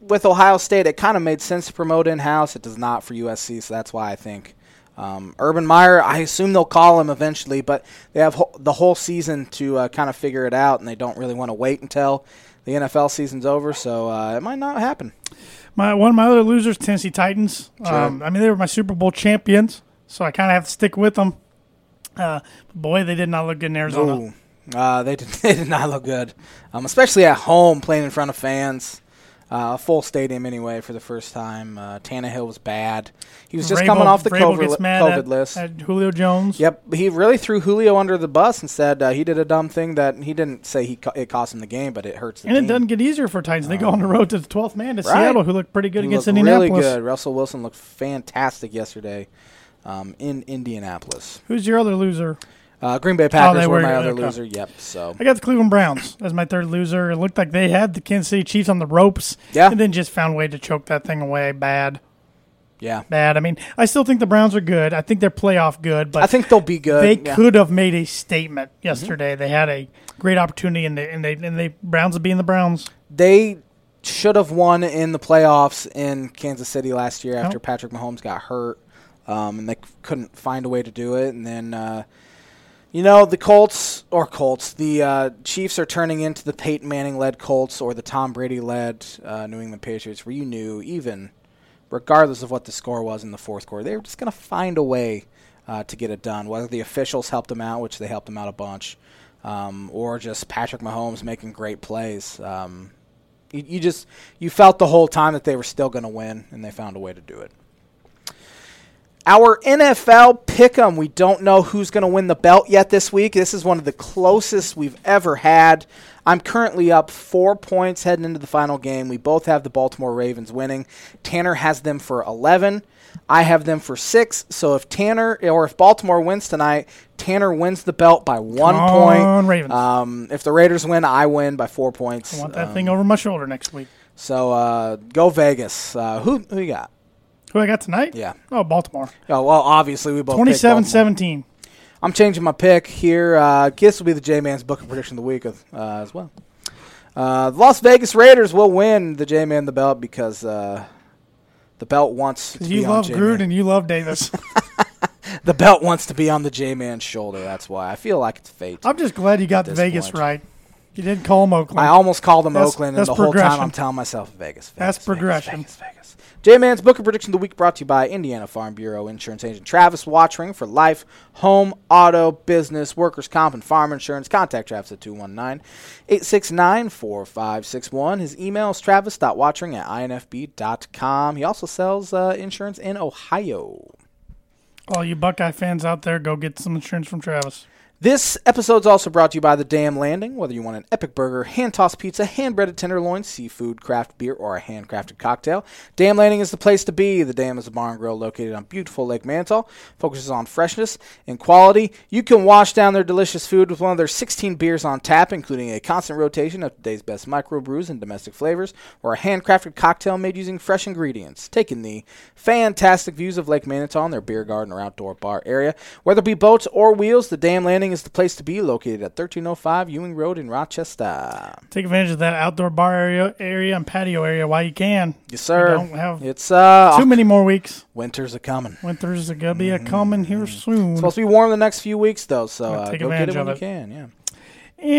Speaker 2: with Ohio State, it kind of made sense to promote in house. It does not for USC, so that's why I think um, Urban Meyer. I assume they'll call him eventually, but they have ho- the whole season to uh, kind of figure it out, and they don't really want to wait until the NFL season's over. So uh, it might not happen.
Speaker 1: my one of my other losers, Tennessee Titans. Um,
Speaker 2: Sure.
Speaker 1: I mean, they were my Super Bowl champions, so I kind of have to stick with them. Uh, boy, they did not look good in Arizona.
Speaker 2: Ooh. Uh, they, did, they did not look good, um, especially at home playing in front of fans. Uh, a full stadium anyway for the first time. Uh, Tannehill was bad. He was just
Speaker 1: Vrabel-
Speaker 2: coming off the
Speaker 1: Vrabel
Speaker 2: COVID,
Speaker 1: gets
Speaker 2: li-
Speaker 1: mad
Speaker 2: COVID
Speaker 1: at-
Speaker 2: list.
Speaker 1: at Julio Jones.
Speaker 2: Yep, he really threw Julio under the bus and said uh, he did a dumb thing that he didn't say he co- it cost him the game, but it hurts. The
Speaker 1: And it
Speaker 2: team.
Speaker 1: doesn't get easier for Titans. They go on the road to the 12th man to
Speaker 2: Right.
Speaker 1: Seattle, who looked pretty good
Speaker 2: He
Speaker 1: against
Speaker 2: looked
Speaker 1: Indianapolis.
Speaker 2: Really good. Russell Wilson looked fantastic yesterday um, in Indianapolis.
Speaker 1: Who's your other loser?
Speaker 2: Uh, Green Bay Packers
Speaker 1: Oh, they
Speaker 2: were
Speaker 1: were-
Speaker 2: my other
Speaker 1: okay.
Speaker 2: loser. Yep. So
Speaker 1: I got the Cleveland Browns as my third loser. It looked like they had the Kansas City Chiefs on the ropes,
Speaker 2: Yeah.
Speaker 1: and then just found a way to choke that thing away. Bad,
Speaker 2: yeah,
Speaker 1: bad. I mean, I still think the Browns are good. I think they're playoff good, but
Speaker 2: I think they'll be good.
Speaker 1: they
Speaker 2: yeah. Mm-hmm.
Speaker 1: could have made a statement yesterday. They had a great opportunity, and they and they and they Browns would be in the Browns.
Speaker 2: They should have won in the playoffs in Kansas City last year after
Speaker 1: Oh.
Speaker 2: Patrick Mahomes got hurt, um, and they c- couldn't find a way to do it. And then, uh, you know, the Colts or Colts, the uh, Chiefs are turning into the Peyton Manning-led Colts or the Tom Brady-led uh, New England Patriots, where you knew even regardless of what the score was in the fourth quarter. They were just going to find a way uh, to get it done, whether the officials helped them out, which they helped them out a bunch, um, or just Patrick Mahomes making great plays. Um, you, you just you felt the whole time that they were still going to win, and they found a way to do it. Our NFL pick'em. We don't know who's going to win the belt yet this week. This is one of the closest we've ever had. I'm currently up four points heading into the final game. We both have the Baltimore Ravens winning. Tanner has them for 11. I have them for six. So if Tanner or if Baltimore wins tonight, Tanner wins the belt by one
Speaker 1: Come on,
Speaker 2: point.
Speaker 1: Ravens.
Speaker 2: Um, if the Raiders win, I win by four points.
Speaker 1: I want that
Speaker 2: Um,
Speaker 1: thing over my shoulder next week.
Speaker 2: So uh, go Vegas. Uh, who who you got?
Speaker 1: Who I got tonight?
Speaker 2: Yeah.
Speaker 1: Oh, Baltimore.
Speaker 2: Oh well, obviously we both picked
Speaker 1: 27
Speaker 2: Baltimore.
Speaker 1: 17.
Speaker 2: I'm changing my pick here. Uh, this will be the J Man's book of prediction of the week uh, as well. Uh, the Las Vegas Raiders will win the J Man the belt because uh, the belt wants to
Speaker 1: You
Speaker 2: be
Speaker 1: love
Speaker 2: on
Speaker 1: Groot
Speaker 2: J-Man.
Speaker 1: and you love Davis.
Speaker 2: The belt wants to be on the J Man's shoulder. That's why I feel like it's fate.
Speaker 1: I'm just glad you got
Speaker 2: This
Speaker 1: Vegas
Speaker 2: point.
Speaker 1: right. You did call him Oakland.
Speaker 2: I almost called him
Speaker 1: That's-
Speaker 2: Oakland,
Speaker 1: that's
Speaker 2: and the whole time
Speaker 1: progression.
Speaker 2: I'm telling myself Vegas. Vegas
Speaker 1: That's
Speaker 2: Vegas,
Speaker 1: progression.
Speaker 2: Vegas, Vegas. J Man's Book of Prediction of the Week brought to you by Indiana Farm Bureau Insurance Agent Travis Watchring for life, home, auto, business, workers' comp, and farm insurance. Contact Travis at 219 869 4561. His email is travis.watchring at infb.com. He also sells uh, insurance in Ohio.
Speaker 1: All you Buckeye fans out there, go get some insurance from Travis.
Speaker 2: This episode's also brought to you by The Dam Landing. Whether you want an epic burger, hand tossed pizza, hand breaded tenderloin, seafood, craft beer, or a handcrafted cocktail, Dam Landing is the place to be. The Dam is a bar and grill located on beautiful Lake Mantle, focuses on freshness and quality. You can wash down their delicious food with one of their 16 beers on tap, including a constant rotation of today's best microbrews and domestic flavors, or a handcrafted cocktail made using fresh ingredients. Taking the fantastic views of Lake Mantle and their beer garden or outdoor bar area, whether it be boats or wheels, the Dam Landing is the place to be, located at 1305 Ewing Road in Rochester.
Speaker 1: Take advantage of that outdoor bar area, area and patio area while you can.
Speaker 2: Yes, sir.
Speaker 1: We don't have
Speaker 2: it's uh,
Speaker 1: Too many more weeks.
Speaker 2: winter's a coming.
Speaker 1: Winter's going to be a coming here soon.
Speaker 2: Mm-hmm. Supposed to be warm the next few weeks though, so uh,
Speaker 1: take
Speaker 2: go get
Speaker 1: advantage
Speaker 2: it when
Speaker 1: of
Speaker 2: you
Speaker 1: it.
Speaker 2: can. Yeah.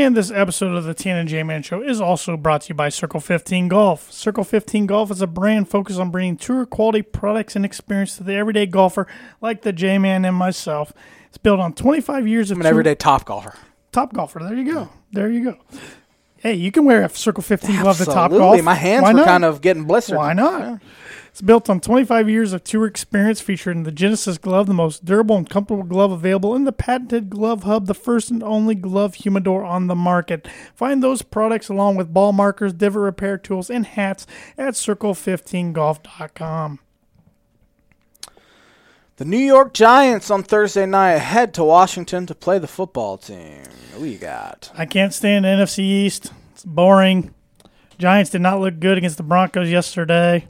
Speaker 1: And this episode of the Tan and J Man Show is also brought to you by Circle 15 Golf. Circle 15 Golf is a brand focused on bringing tour quality products and experience to the everyday golfer like the J Man and myself. It's built on 25 years of
Speaker 2: I'm an
Speaker 1: tour-
Speaker 2: everyday top golfer.
Speaker 1: top golfer. There you go. There you go. Hey, you can wear a Circle 15 glove to top
Speaker 2: Absolutely.
Speaker 1: golf.
Speaker 2: My hands
Speaker 1: Why
Speaker 2: were
Speaker 1: not?
Speaker 2: kind of getting blistered.
Speaker 1: Why not? It's built on 25 years of tour experience, featuring the Genesis glove, the most durable and comfortable glove available, and the patented glove hub, the first and only glove humidor on the market. Find those products along with ball markers, divot repair tools, and hats at circle15golf.com.
Speaker 2: The New York Giants on Thursday night head to Washington to play the football team. Who you got?
Speaker 1: I can't stand the NFC East. It's boring. Giants did not look good against the Broncos yesterday.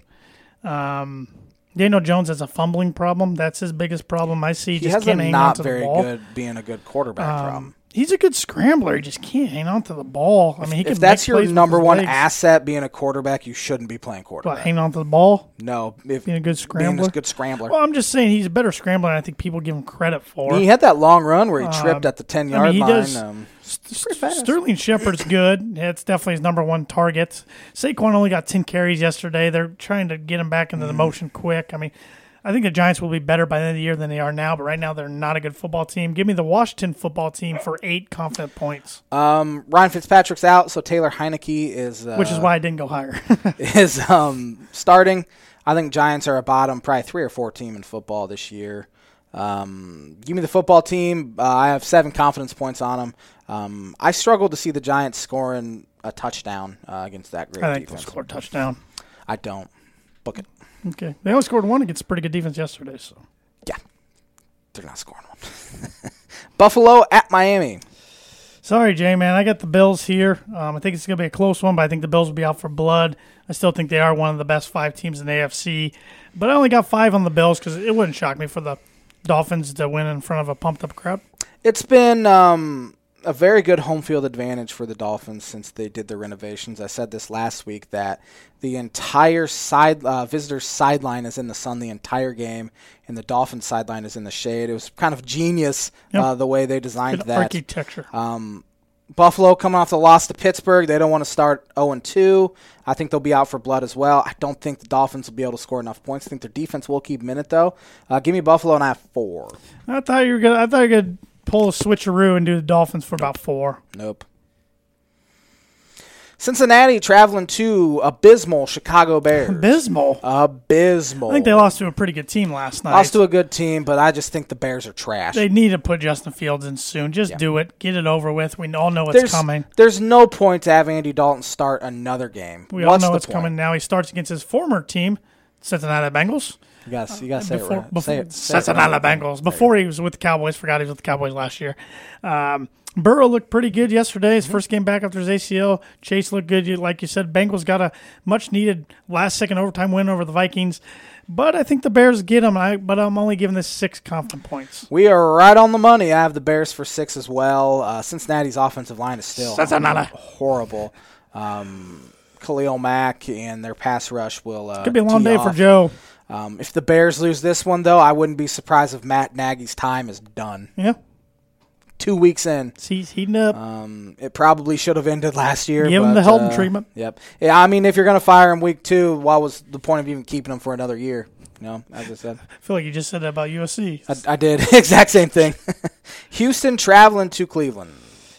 Speaker 1: Um, Daniel Jones has a fumbling problem. That's his biggest problem I see.
Speaker 2: He
Speaker 1: just
Speaker 2: has a
Speaker 1: can't hang on
Speaker 2: not
Speaker 1: to
Speaker 2: very
Speaker 1: the ball. Um,
Speaker 2: good being a good quarterback problem.
Speaker 1: He's a good scrambler. He just can't hang on to the ball. I mean, he can.
Speaker 2: If that's
Speaker 1: make
Speaker 2: your
Speaker 1: plays with
Speaker 2: number
Speaker 1: his
Speaker 2: one
Speaker 1: legs.
Speaker 2: asset being a quarterback, you shouldn't be playing
Speaker 1: What,
Speaker 2: quarterback.
Speaker 1: hang on to the ball,
Speaker 2: no, if
Speaker 1: being a good
Speaker 2: being a
Speaker 1: scrambler.
Speaker 2: good scrambler.
Speaker 1: Well, I'm just saying he's a better scrambler. than I think people give him credit for.
Speaker 2: he had that long run where he tripped at the ten yard
Speaker 1: Um, he
Speaker 2: line.
Speaker 1: does-
Speaker 2: um,
Speaker 1: St- Sterling Shepard's good. That's definitely his number one
Speaker 2: Mm.
Speaker 1: target. Saquon only got ten carries yesterday. They're trying to get him back into the motion quick. I mean, I think the Giants will be better by the end of the year than they are now, but right now they're not a good football team. Give me the Washington football team for eight confident points,
Speaker 2: Um, Ryan Fitzpatrick's out, so Taylor Heineke is uh,
Speaker 1: which is why I didn't go higher.
Speaker 2: is um, starting. I think Giants are a bottom, probably three or four team in football this year. Um, give me the football team. Uh, I have seven confidence points on them. Um, I struggled to see the Giants scoring a touchdown uh, against that great
Speaker 1: I think they'll
Speaker 2: defense.
Speaker 1: score a touchdown.
Speaker 2: I don't book it.
Speaker 1: Okay, they only scored one against a pretty good defense yesterday. So
Speaker 2: Yeah, they're not scoring one. Buffalo at Miami.
Speaker 1: sorry, Jay, man, I got the Bills here. Um, I think it's going to be a close one, but I think the Bills will be out for blood. I still think they are one of the best five teams in the AFC, but I only got five on the Bills because it wouldn't shock me for the Dolphins to win in front of a pumped up crowd.
Speaker 2: It's been um, a very good home field advantage for the Dolphins since they did their renovations. I said this last week that the entire side uh, visitor sideline is in the sun the entire game, and the Dolphins sideline is in the shade. It was kind of genius
Speaker 1: Yeah.
Speaker 2: uh, the way they designed
Speaker 1: Good
Speaker 2: that.
Speaker 1: architecture.
Speaker 2: Um, Buffalo coming off the loss to Pittsburgh, they don't want to start 0 2. I think they'll be out for blood as well. I don't think the Dolphins will be able to score enough points. I think their defense will keep minute though. Uh, give me Buffalo and I have four.
Speaker 1: I thought you were gonna. I thought you could pull a switcheroo and do the Dolphins for about four.
Speaker 2: Nope. Cincinnati traveling to abysmal Chicago Bears.
Speaker 1: Abysmal.
Speaker 2: abysmal.
Speaker 1: I think they lost to a pretty good team last night.
Speaker 2: Lost to a good team, but I just think the Bears are trash.
Speaker 1: they need to put Justin Fields in soon. Just do it. Get it over with. We all know what's
Speaker 2: there's,
Speaker 1: coming.
Speaker 2: there's no point to have Andy Dalton start another game.
Speaker 1: We
Speaker 2: What's
Speaker 1: all know
Speaker 2: the
Speaker 1: what's
Speaker 2: point?
Speaker 1: coming now. He starts against his former team, Cincinnati Bengals.
Speaker 2: You gotta, you gotta say it
Speaker 1: Uh, before,
Speaker 2: right.
Speaker 1: before
Speaker 2: say it, say it
Speaker 1: Cincinnati
Speaker 2: right.
Speaker 1: Bengals. Before he was with the Cowboys, forgot he was with the Cowboys last year. Um, Burrow looked pretty good yesterday.
Speaker 2: Mm-hmm.
Speaker 1: His first game back after his ACL. Chase looked good. You- Like you said, Bengals got a much needed last second overtime win over the Vikings. But I think the Bears get them. I, but I'm only giving this six confident points.
Speaker 2: We are right on the money. I have the Bears for six as well. Uh, Cincinnati's offensive line is still
Speaker 1: Cincinnati.
Speaker 2: horrible. Um, Khalil Mack and their pass rush will uh,
Speaker 1: Could be a long
Speaker 2: tee
Speaker 1: day for
Speaker 2: off.
Speaker 1: Joe.
Speaker 2: Um, if the Bears lose this one, though, I wouldn't be surprised if Matt Nagy's time is done.
Speaker 1: Yeah,
Speaker 2: Two weeks in,
Speaker 1: he's heating up.
Speaker 2: um, it probably should have ended last year.
Speaker 1: Give him
Speaker 2: but,
Speaker 1: the Helton
Speaker 2: uh,
Speaker 1: treatment.
Speaker 2: Yep. Yeah, I mean, if you're going to fire him week two, what was the point of even keeping him for another year? You know, as I said,
Speaker 1: I feel like you just said that about USC.
Speaker 2: I, I did exact same thing. Houston traveling to Cleveland.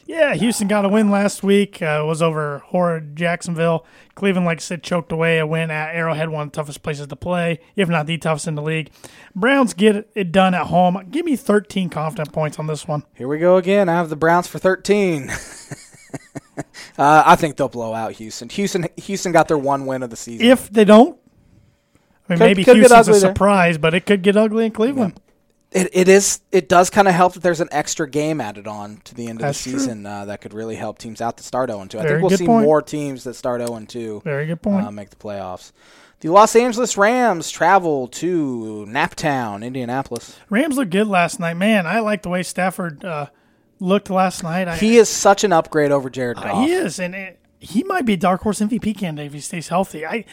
Speaker 1: Yeah, Houston got a win last week. Uh, it was over horrid Jacksonville. Cleveland, like I said, choked away a win at Arrowhead, one of the toughest places to play, if not the toughest in the league. Browns get it done at home. Give me 13 confident points on this one.
Speaker 2: Here we go again. I have the Browns for 13. uh, I think they'll blow out Houston. Houston Houston got their one win of the season.
Speaker 1: If they don't, I mean,
Speaker 2: Could-
Speaker 1: maybe
Speaker 2: could get
Speaker 1: Houston's a
Speaker 2: ugly there.
Speaker 1: surprise, but it could get ugly in Cleveland.
Speaker 2: it, it is it does kind of help that there's an extra game added on to the end of
Speaker 1: That's
Speaker 2: the
Speaker 1: true.
Speaker 2: season uh, that could really help teams out to start 0 2. I
Speaker 1: Very
Speaker 2: think we'll
Speaker 1: good
Speaker 2: see
Speaker 1: point.
Speaker 2: more teams that start 0 2
Speaker 1: Very good point.
Speaker 2: uh, make the playoffs. The Los Angeles Rams travel to Naptown, Indianapolis.
Speaker 1: Rams looked good last night. Man, I like the way Stafford uh, looked last night. I,
Speaker 2: He is such an upgrade over Jared Goff.
Speaker 1: Uh, He is, and it, he might be a dark horse MVP candidate if he stays healthy. I,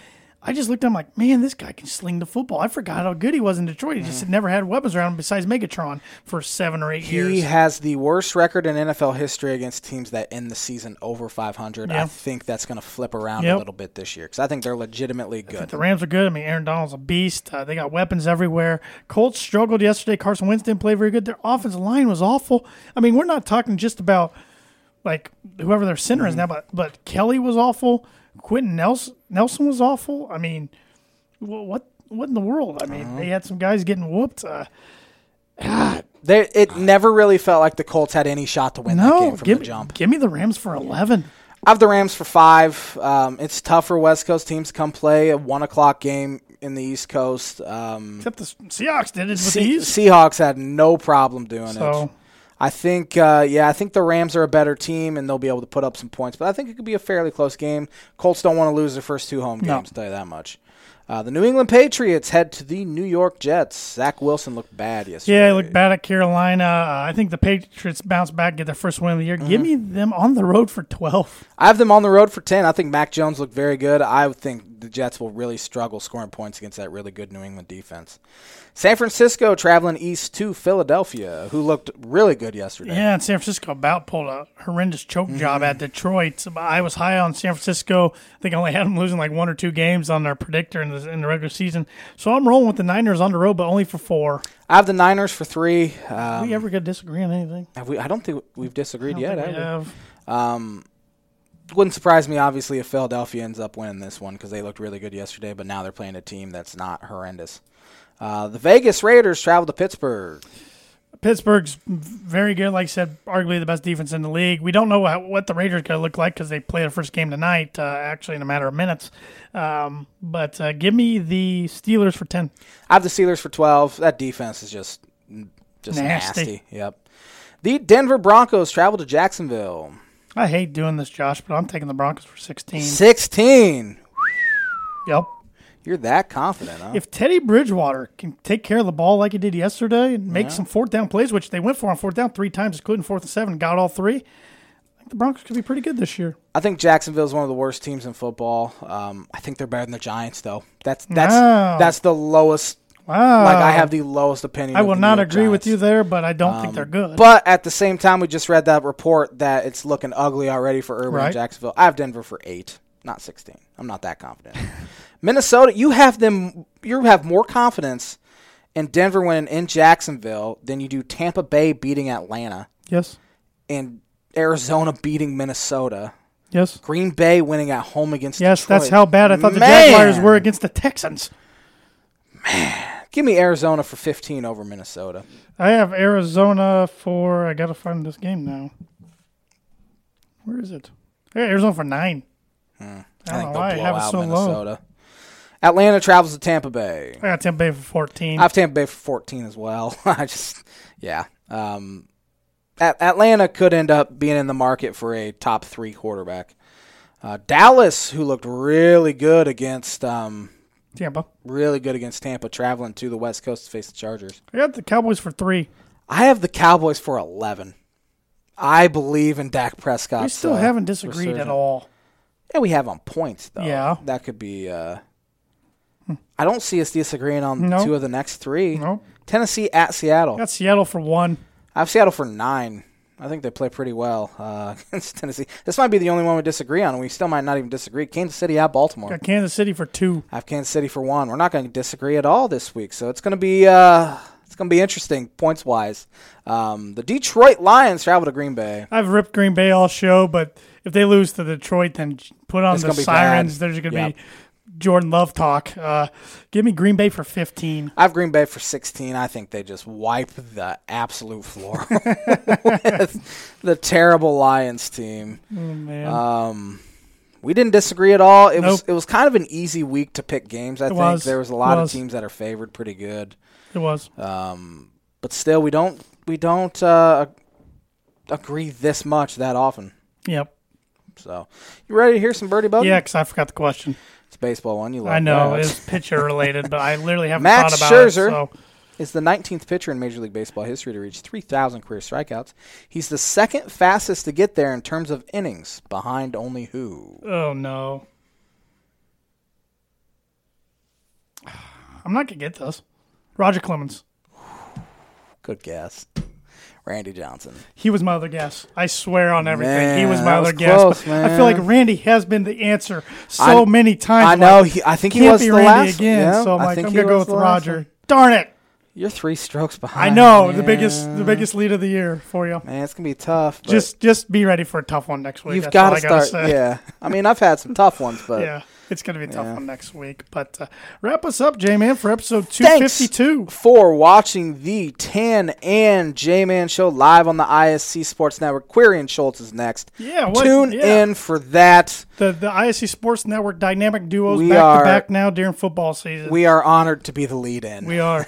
Speaker 1: I just looked at him like, man, this guy can sling the football. I forgot how good he was in Detroit. He just had never had weapons around him besides Megatron for seven or eight
Speaker 2: He
Speaker 1: years.
Speaker 2: has the worst record in NFL history against teams that end the season over 500.
Speaker 1: Yeah.
Speaker 2: I think that's going to flip around
Speaker 1: Yep.
Speaker 2: a little bit this year because I think they're legitimately good.
Speaker 1: The Rams are good. I mean, Aaron Donald's a beast. Uh, they got weapons everywhere. Colts struggled yesterday. Carson Wentz didn't play very good. Their offensive line was awful. I mean, we're not talking just about like whoever their center
Speaker 2: Mm-hmm.
Speaker 1: is now, but but Kelly was awful. Quentin Nelson Nelson was awful. I mean, wh- what what in the world? I mean,
Speaker 2: Uh-huh.
Speaker 1: they had some guys getting whooped. Uh,
Speaker 2: They, it never really felt like the Colts had any shot to win that
Speaker 1: no,
Speaker 2: game from
Speaker 1: give,
Speaker 2: the jump.
Speaker 1: give me the Rams for eleven.
Speaker 2: I have the Rams for five. Um, it's tough for West Coast teams to come play a one o'clock game in the East Coast. Um,
Speaker 1: Except the Seahawks did it with
Speaker 2: Se-
Speaker 1: these.
Speaker 2: Seahawks had no problem doing it.
Speaker 1: So-
Speaker 2: I think, uh, yeah, I think the Rams are a better team and they'll be able to put up some points. But I think it could be a fairly close game. Colts don't want to lose their first two home
Speaker 1: No.
Speaker 2: games. Tell you that much. Uh, the New England Patriots head to the New York Jets. Zach Wilson looked bad yesterday.
Speaker 1: Yeah, they look bad at Carolina. Uh, I think the Patriots bounce back, get their first win of the year. Give
Speaker 2: Mm-hmm.
Speaker 1: me them on the road for twelve.
Speaker 2: I have them on the road for ten. I think Mac Jones looked very good. I would think the Jets will really struggle scoring points against that really good New England defense. San Francisco traveling east to Philadelphia, who looked really good yesterday.
Speaker 1: Yeah, and San Francisco about pulled a horrendous choke job at Detroit. So I was high on San Francisco. I think I only had them losing like one or two games on their predictor in the, in the regular season. So I'm rolling with the Niners on the road, but only for four.
Speaker 2: I have the Niners for three. Um,
Speaker 1: we ever going to disagree on anything?
Speaker 2: have we, I don't think we've disagreed
Speaker 1: I don't
Speaker 2: yet.
Speaker 1: think
Speaker 2: have
Speaker 1: we
Speaker 2: we?
Speaker 1: have.
Speaker 2: Wouldn't surprise me, obviously, if Philadelphia ends up winning this one because they looked really good yesterday, but now they're playing a team that's not horrendous. Uh, the Vegas Raiders travel to Pittsburgh.
Speaker 1: Pittsburgh's very good. Like I said, arguably the best defense in the league. We don't know how, what the Raiders going to look like because they play their first game tonight, uh, actually in a matter of minutes. Um, but uh, give me the Steelers for 10.
Speaker 2: I have the Steelers for 12. That defense is just just
Speaker 1: Nasty.
Speaker 2: nasty. Yep. The Denver Broncos travel to Jacksonville.
Speaker 1: I hate doing this, Josh, but I'm taking the Broncos for 16.
Speaker 2: 16.
Speaker 1: Yep.
Speaker 2: You're that confident, huh?
Speaker 1: If Teddy Bridgewater can take care of the ball like he did yesterday and make some fourth down plays, which they went for on fourth down three times, including fourth and seven, got all three, I think the Broncos could be pretty good this year.
Speaker 2: I think Jacksonville's one of the worst teams in football. Um, I think they're better than the Giants, though. That's that's
Speaker 1: Wow.
Speaker 2: that's the lowest.
Speaker 1: Wow.
Speaker 2: Like I have the lowest opinion.
Speaker 1: I
Speaker 2: of
Speaker 1: will
Speaker 2: the New
Speaker 1: not
Speaker 2: York
Speaker 1: agree with
Speaker 2: Giants.
Speaker 1: you there, but I don't think they're good.
Speaker 2: But at the same time, we just read that report that it's looking ugly already for Urban
Speaker 1: Right.
Speaker 2: and Jacksonville. I have Denver for eight, not sixteen. I'm not that confident. Minnesota, you have them. You have more confidence in Denver winning in Jacksonville than you do Tampa Bay beating Atlanta
Speaker 1: yes.
Speaker 2: and Arizona beating Minnesota.
Speaker 1: Yes.
Speaker 2: Green Bay winning at home against
Speaker 1: Yes,
Speaker 2: Detroit.
Speaker 1: that's how bad I thought the
Speaker 2: Man!
Speaker 1: Jaguars were against the Texans.
Speaker 2: Give me Arizona for 15 over Minnesota.
Speaker 1: I have Arizona for I gotta find this game now. Where is it? I got Arizona for nine. I
Speaker 2: I,
Speaker 1: don't
Speaker 2: think
Speaker 1: know
Speaker 2: they'll
Speaker 1: why I
Speaker 2: blow
Speaker 1: have it
Speaker 2: out
Speaker 1: so low.
Speaker 2: Minnesota. Atlanta travels to Tampa Bay.
Speaker 1: I got Tampa Bay for fourteen.
Speaker 2: I have Tampa Bay for 14 as well. I just, yeah. Um, At- Atlanta could end up being in the market for a top three quarterback. Uh, Dallas, who looked really good against, um,
Speaker 1: Tampa.
Speaker 2: really good against Tampa, traveling to the West Coast to face the Chargers.
Speaker 1: I got the Cowboys for three.
Speaker 2: I have the Cowboys for 11. I believe in Dak Prescott.
Speaker 1: We still haven't disagreed at all.
Speaker 2: Yeah, we have on points though.
Speaker 1: Yeah. Hmm.
Speaker 2: that could be. Uh, I don't see us disagreeing on
Speaker 1: No.
Speaker 2: two of the next three.
Speaker 1: No.
Speaker 2: Tennessee at Seattle.
Speaker 1: I got Seattle for one.
Speaker 2: I have Seattle for nine. I think they play pretty well uh, against Tennessee. This might be the only one we disagree on. We still might not even disagree. Kansas City at Baltimore.
Speaker 1: I got Kansas City for two.
Speaker 2: I have Kansas City for one. We're not going to disagree at all this week, so it's going to be uh, it's going to be interesting points wise. Um, the Detroit Lions travel to Green Bay.
Speaker 1: I've ripped Green Bay all show, but if they lose to Detroit, then j- put on
Speaker 2: It's
Speaker 1: the
Speaker 2: gonna be
Speaker 1: sirens.
Speaker 2: bad.
Speaker 1: There's going to
Speaker 2: Yep.
Speaker 1: be Jordan Love talk. Uh, give me Green Bay for 15.
Speaker 2: I have Green Bay for 16. I think they just wipe the absolute floor with the terrible Lions team.
Speaker 1: Oh, man.
Speaker 2: Um, we didn't disagree at all. It was
Speaker 1: Nope.
Speaker 2: it was kind of an easy week to pick games. I think
Speaker 1: was.
Speaker 2: there was a
Speaker 1: It
Speaker 2: lot of
Speaker 1: was.
Speaker 2: teams that are favored pretty good.
Speaker 1: it was.
Speaker 2: Um, but still, we don't we don't uh, agree this much that often.
Speaker 1: yep.
Speaker 2: So, you ready to hear some birdie bogey?
Speaker 1: Yeah, because I forgot the question.
Speaker 2: it's a baseball one. You um, love
Speaker 1: I know
Speaker 2: that.
Speaker 1: it's pitcher related, but I literally haven't
Speaker 2: Max
Speaker 1: thought about
Speaker 2: Scherzer.
Speaker 1: it. So
Speaker 2: is the 19th pitcher in Major League Baseball history to reach 3,000 career strikeouts. He's the second fastest to get there in terms of innings, behind only who?
Speaker 1: oh no, I'm not gonna get this. Roger Clemens.
Speaker 2: Good guess. Randy Johnson.
Speaker 1: He was my other guess. I swear on everything. he
Speaker 2: Man,
Speaker 1: was my
Speaker 2: that
Speaker 1: other
Speaker 2: was
Speaker 1: guess.
Speaker 2: close,
Speaker 1: but I feel like
Speaker 2: man.
Speaker 1: Randy has been the answer so
Speaker 2: I-
Speaker 1: many times.
Speaker 2: I
Speaker 1: I'm
Speaker 2: know.
Speaker 1: like,
Speaker 2: He, I think he
Speaker 1: can't
Speaker 2: was
Speaker 1: be
Speaker 2: the
Speaker 1: Randy
Speaker 2: last.
Speaker 1: again.
Speaker 2: yeah,
Speaker 1: so I'm
Speaker 2: I
Speaker 1: like,
Speaker 2: think
Speaker 1: I'm
Speaker 2: he
Speaker 1: gonna go
Speaker 2: was
Speaker 1: with
Speaker 2: the last
Speaker 1: Roger.
Speaker 2: one.
Speaker 1: Darn it!
Speaker 2: You're three strokes
Speaker 1: I
Speaker 2: behind.
Speaker 1: know the
Speaker 2: man.
Speaker 1: biggest, the biggest lead of the year for you.
Speaker 2: Man, it's gonna be tough. but
Speaker 1: Just, just be ready for a tough one next week.
Speaker 2: you've
Speaker 1: got to
Speaker 2: start.
Speaker 1: Say.
Speaker 2: Yeah. I mean, I've had some tough ones, but
Speaker 1: yeah, it's going to be a tough
Speaker 2: Yeah.
Speaker 1: one next week. But uh, wrap us up, J Man, for episode 252.
Speaker 2: for watching the Tan and J Man show live on the ISC Sports Network. Query and Schultz is next.
Speaker 1: Yeah, what-
Speaker 2: tune
Speaker 1: yeah.
Speaker 2: in for that.
Speaker 1: The the ISC Sports Network dynamic duos
Speaker 2: We
Speaker 1: back
Speaker 2: are-
Speaker 1: to back now during football season.
Speaker 2: We are honored to be the lead in.
Speaker 1: we are.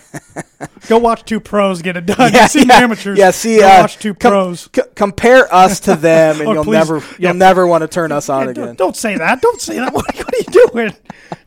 Speaker 1: Go watch two pros get it done.
Speaker 2: Yeah,
Speaker 1: you see the
Speaker 2: yeah,
Speaker 1: amateurs.
Speaker 2: Yeah, see,
Speaker 1: Go
Speaker 2: uh,
Speaker 1: watch two
Speaker 2: com-
Speaker 1: pros.
Speaker 2: c- compare us to them, and
Speaker 1: Oh,
Speaker 2: you'll
Speaker 1: please.
Speaker 2: never
Speaker 1: Yeah.
Speaker 2: you'll never want to turn us on
Speaker 1: Hey,
Speaker 2: again.
Speaker 1: don't, don't say that. Don't say that. What, what are you doing?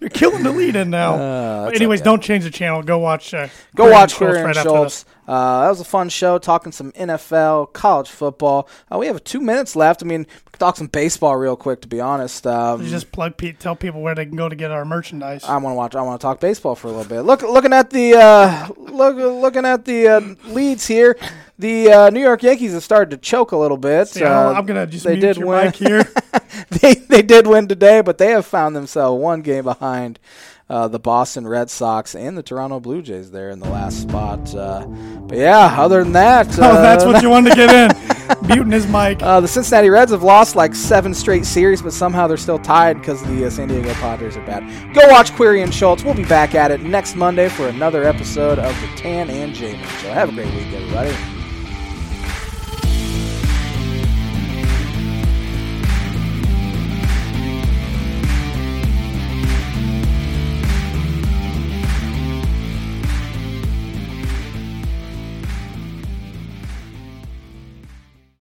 Speaker 1: You're killing the lead in now. Anyways, don't change the channel. Go watch. Uh,
Speaker 2: Uh, Go
Speaker 1: Graham
Speaker 2: watch
Speaker 1: Schultz
Speaker 2: Queer and
Speaker 1: right after
Speaker 2: Schultz. Uh, that was a fun show, talking some NFL, college football. Uh, we have two minutes left. I mean, we could talk some baseball real quick, to be honest. Um,
Speaker 1: this. You just plug Pete. Tell people where they can go to get our merchandise.
Speaker 2: I want to watch. I want to talk baseball for a little bit. Look, looking at the uh, look, looking at the uh, leads here. The uh, New York Yankees have started to choke a little bit.
Speaker 1: See,
Speaker 2: Uh,
Speaker 1: I'm- I'm gonna just
Speaker 2: they
Speaker 1: mute
Speaker 2: did
Speaker 1: your
Speaker 2: win.
Speaker 1: mic here.
Speaker 2: they they did win today, but they have found themselves one game behind uh, the Boston Red Sox and the Toronto Blue Jays there in the last spot. Uh, but yeah, other than that,
Speaker 1: oh, that's
Speaker 2: uh,
Speaker 1: what you wanted to get in. Muting his mic.
Speaker 2: uh, the Cincinnati Reds have lost like seven straight series, but somehow they're still tied because the uh, San Diego Padres are bad. Go watch Query and Schultz. We'll be back at it next Monday for another episode of the Tan and Jamie Show. Have a great week, everybody.